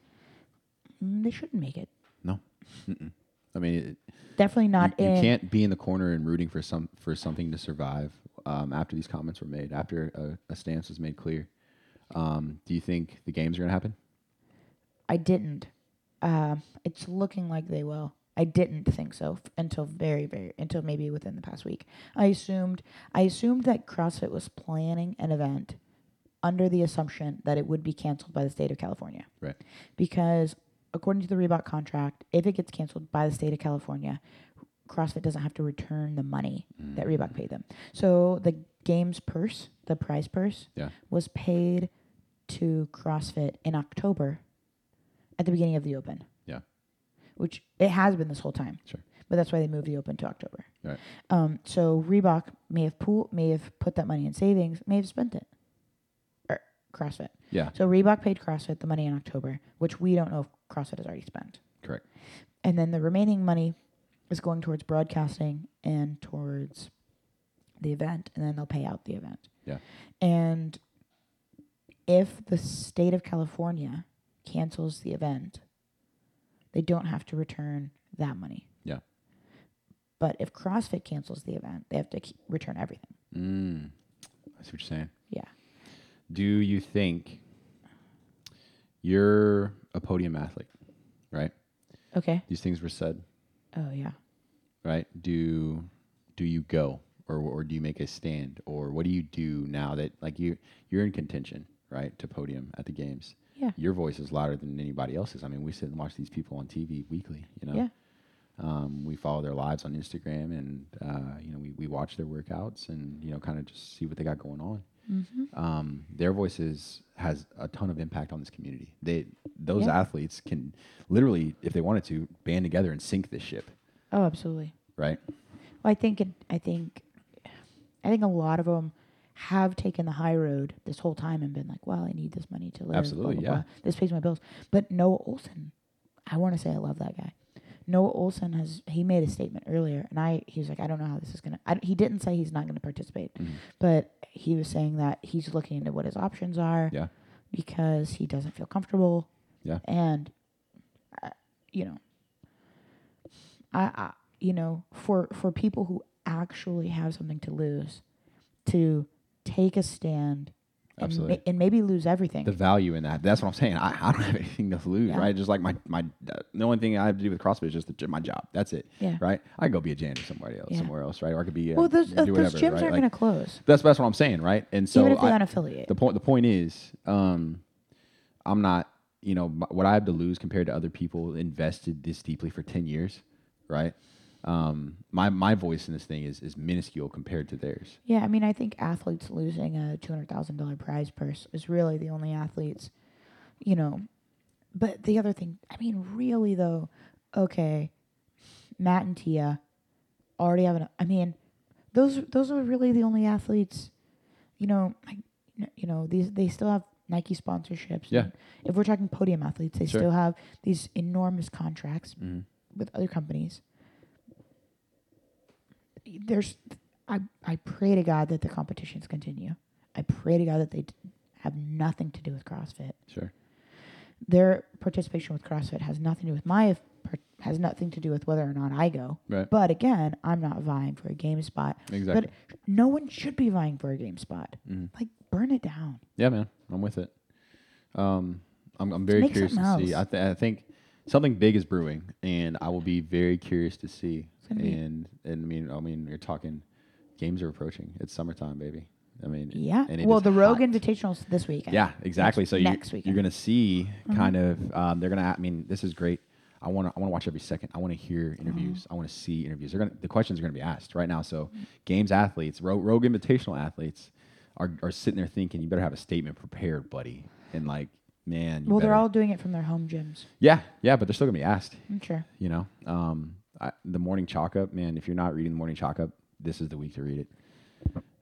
mm, they shouldn't make it. I mean, it, Definitely not you, in. you can't be in the corner and rooting for some for something to survive um, after these comments were made after a, a stance was made clear um, do you think the games are going to happen I didn't. Um, it's looking like they will. I didn't think so f- until very, very until maybe within the past week. I assumed I assumed that CrossFit was planning an event under the assumption that it would be canceled by the state of California. Right. Because according to the Reebok contract, if it gets canceled by the state of California, CrossFit doesn't have to return the money that Reebok paid them. So the game's purse, the prize purse, Yeah. was paid to CrossFit in October at the beginning of the Open. Yeah. Which it has been this whole time. Sure. But that's why they moved the Open to October. Right. Um, so Reebok may have pool may have put that money in savings, may have spent it. Or CrossFit. Mm. yeah So Reebok paid CrossFit the money in October, which we don't know if CrossFit has already spent. correct And then the remaining money is going towards broadcasting and towards the event, and then they'll pay out the event. Yeah. And if the state of California cancels the event, they don't have to return that money. Yeah. But if CrossFit cancels the event, they have to ke- return everything. mm, i see what you're saying Yeah. do you think you're a podium athlete right Okay. these things were said Oh yeah. right do do you go or, or do you make a stand or what do you do now that like you you're in contention right to podium at the games Yeah. your voice is louder than anybody else's i mean we sit and watch these people on tv weekly you know Yeah. um, we follow their lives on instagram and uh, you know we, we watch their workouts and you know kind of just see what they got going on Mm-hmm. um, their voices has a ton of impact on this community they those Yeah. athletes can literally if they wanted to band together and sink this ship Oh, absolutely. right Well, I think it, I think I think a lot of them have taken the high road this whole time and been like, "Well, I need this money to live." blah, Absolutely, blah, yeah. blah. This pays my bills. But Noah Olson, I want to say I love that guy. Noah Olson has he made a statement earlier, and I he was like, "I don't know how this is gonna." I, he didn't say he's not gonna participate, Mhm. but he was saying that he's looking into what his options are yeah because he doesn't feel comfortable. Yeah. And, uh, you know, I, I, you know, for for people who actually have something to lose, to take a stand and, Absolutely. ma- and maybe lose everything. the value in that. That's what I'm saying. I, I don't have anything to lose, Yeah. right? Just like my my the only thing I have to do with CrossFit is just the, my job. That's it, Yeah. right? I could go be a janitor somewhere else, Yeah. somewhere else, right? Or I could be uh, well, those, uh, do those whatever, gyms right? aren't Like, going to close, that's that's what I'm saying, right? And so even if they I- unaffiliate. the point the point is, um, I'm not you know m- what I have to lose compared to other people invested this deeply for ten years, right? Um, my my voice in this thing is is minuscule compared to theirs. yeah, I mean, I think athletes losing a two hundred thousand dollar prize purse is really the only athletes, you know. But the other thing, I mean, really though, okay, Matt and Tia already have an. I mean, those those are really the only athletes, you know. Like, you know, these they still have Nike sponsorships. Yeah. If we're talking podium athletes, they Sure. still have these enormous contracts Mhm. with other companies. There's, I I pray to God that the competitions continue. I pray to God that they d- have nothing to do with CrossFit. Sure. Their participation with CrossFit has nothing to do with my par- has nothing to do with whether or not I go. Right. But again, I'm not vying for a game spot. Exactly. But no one should be vying for a game spot. Mhm. Like burn it down. Yeah, man, I'm with it. Um, I'm, I'm very make curious to something see. I, else. th- I think something big is brewing, and I will be very curious to see. gonna be- And and I mean, I mean, you're talking games are approaching. It's summertime, baby. I mean, Yeah. And it Well, is the Rogue hot. Invitational's this weekend. Yeah, exactly. Next- so you, next you're weekend. Mm-hmm. gonna see kind of um, they're gonna. I mean, this is great. I want to. I want to watch every second. I want to hear Mm-hmm. interviews. I want to see interviews. They're gonna. The questions are gonna be asked right now. So, Mm-hmm. games athletes, ro- rogue invitational athletes, are are sitting there thinking, you better have a statement prepared, buddy. And like, man, you Well, they're better- all doing it from their home gyms. Yeah, yeah, but they're still gonna be asked. I'm sure. You know, um, I, the morning chalk up, man. If you're not reading the morning chalk up, this is the week to read it.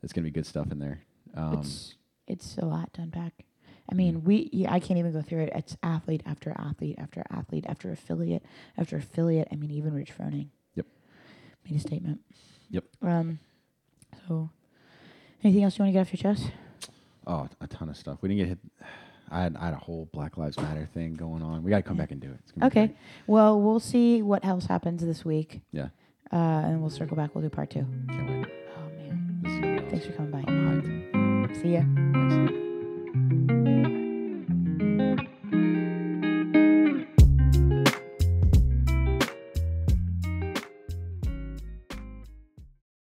It's gonna be good stuff in there. Um, it's it's a lot to unpack. I mean, we yeah, I can't even go through it. It's athlete after athlete after athlete after affiliate after affiliate. I mean, even Rich Froning. Yep. Made a statement. Yep. Um. So, anything else you want to get off your chest? Oh, a ton of stuff. We didn't get hit. <sighs> I had, I had a whole Black Lives Matter thing going on. We got to come back and do it. It's gonna be Okay. great. Well, we'll see what else happens this week. Yeah. Uh, and we'll circle back. We'll do part two. Can't wait. Oh man, This is gonna be thanks awesome. for coming by. I'm hyped. See ya. Thanks.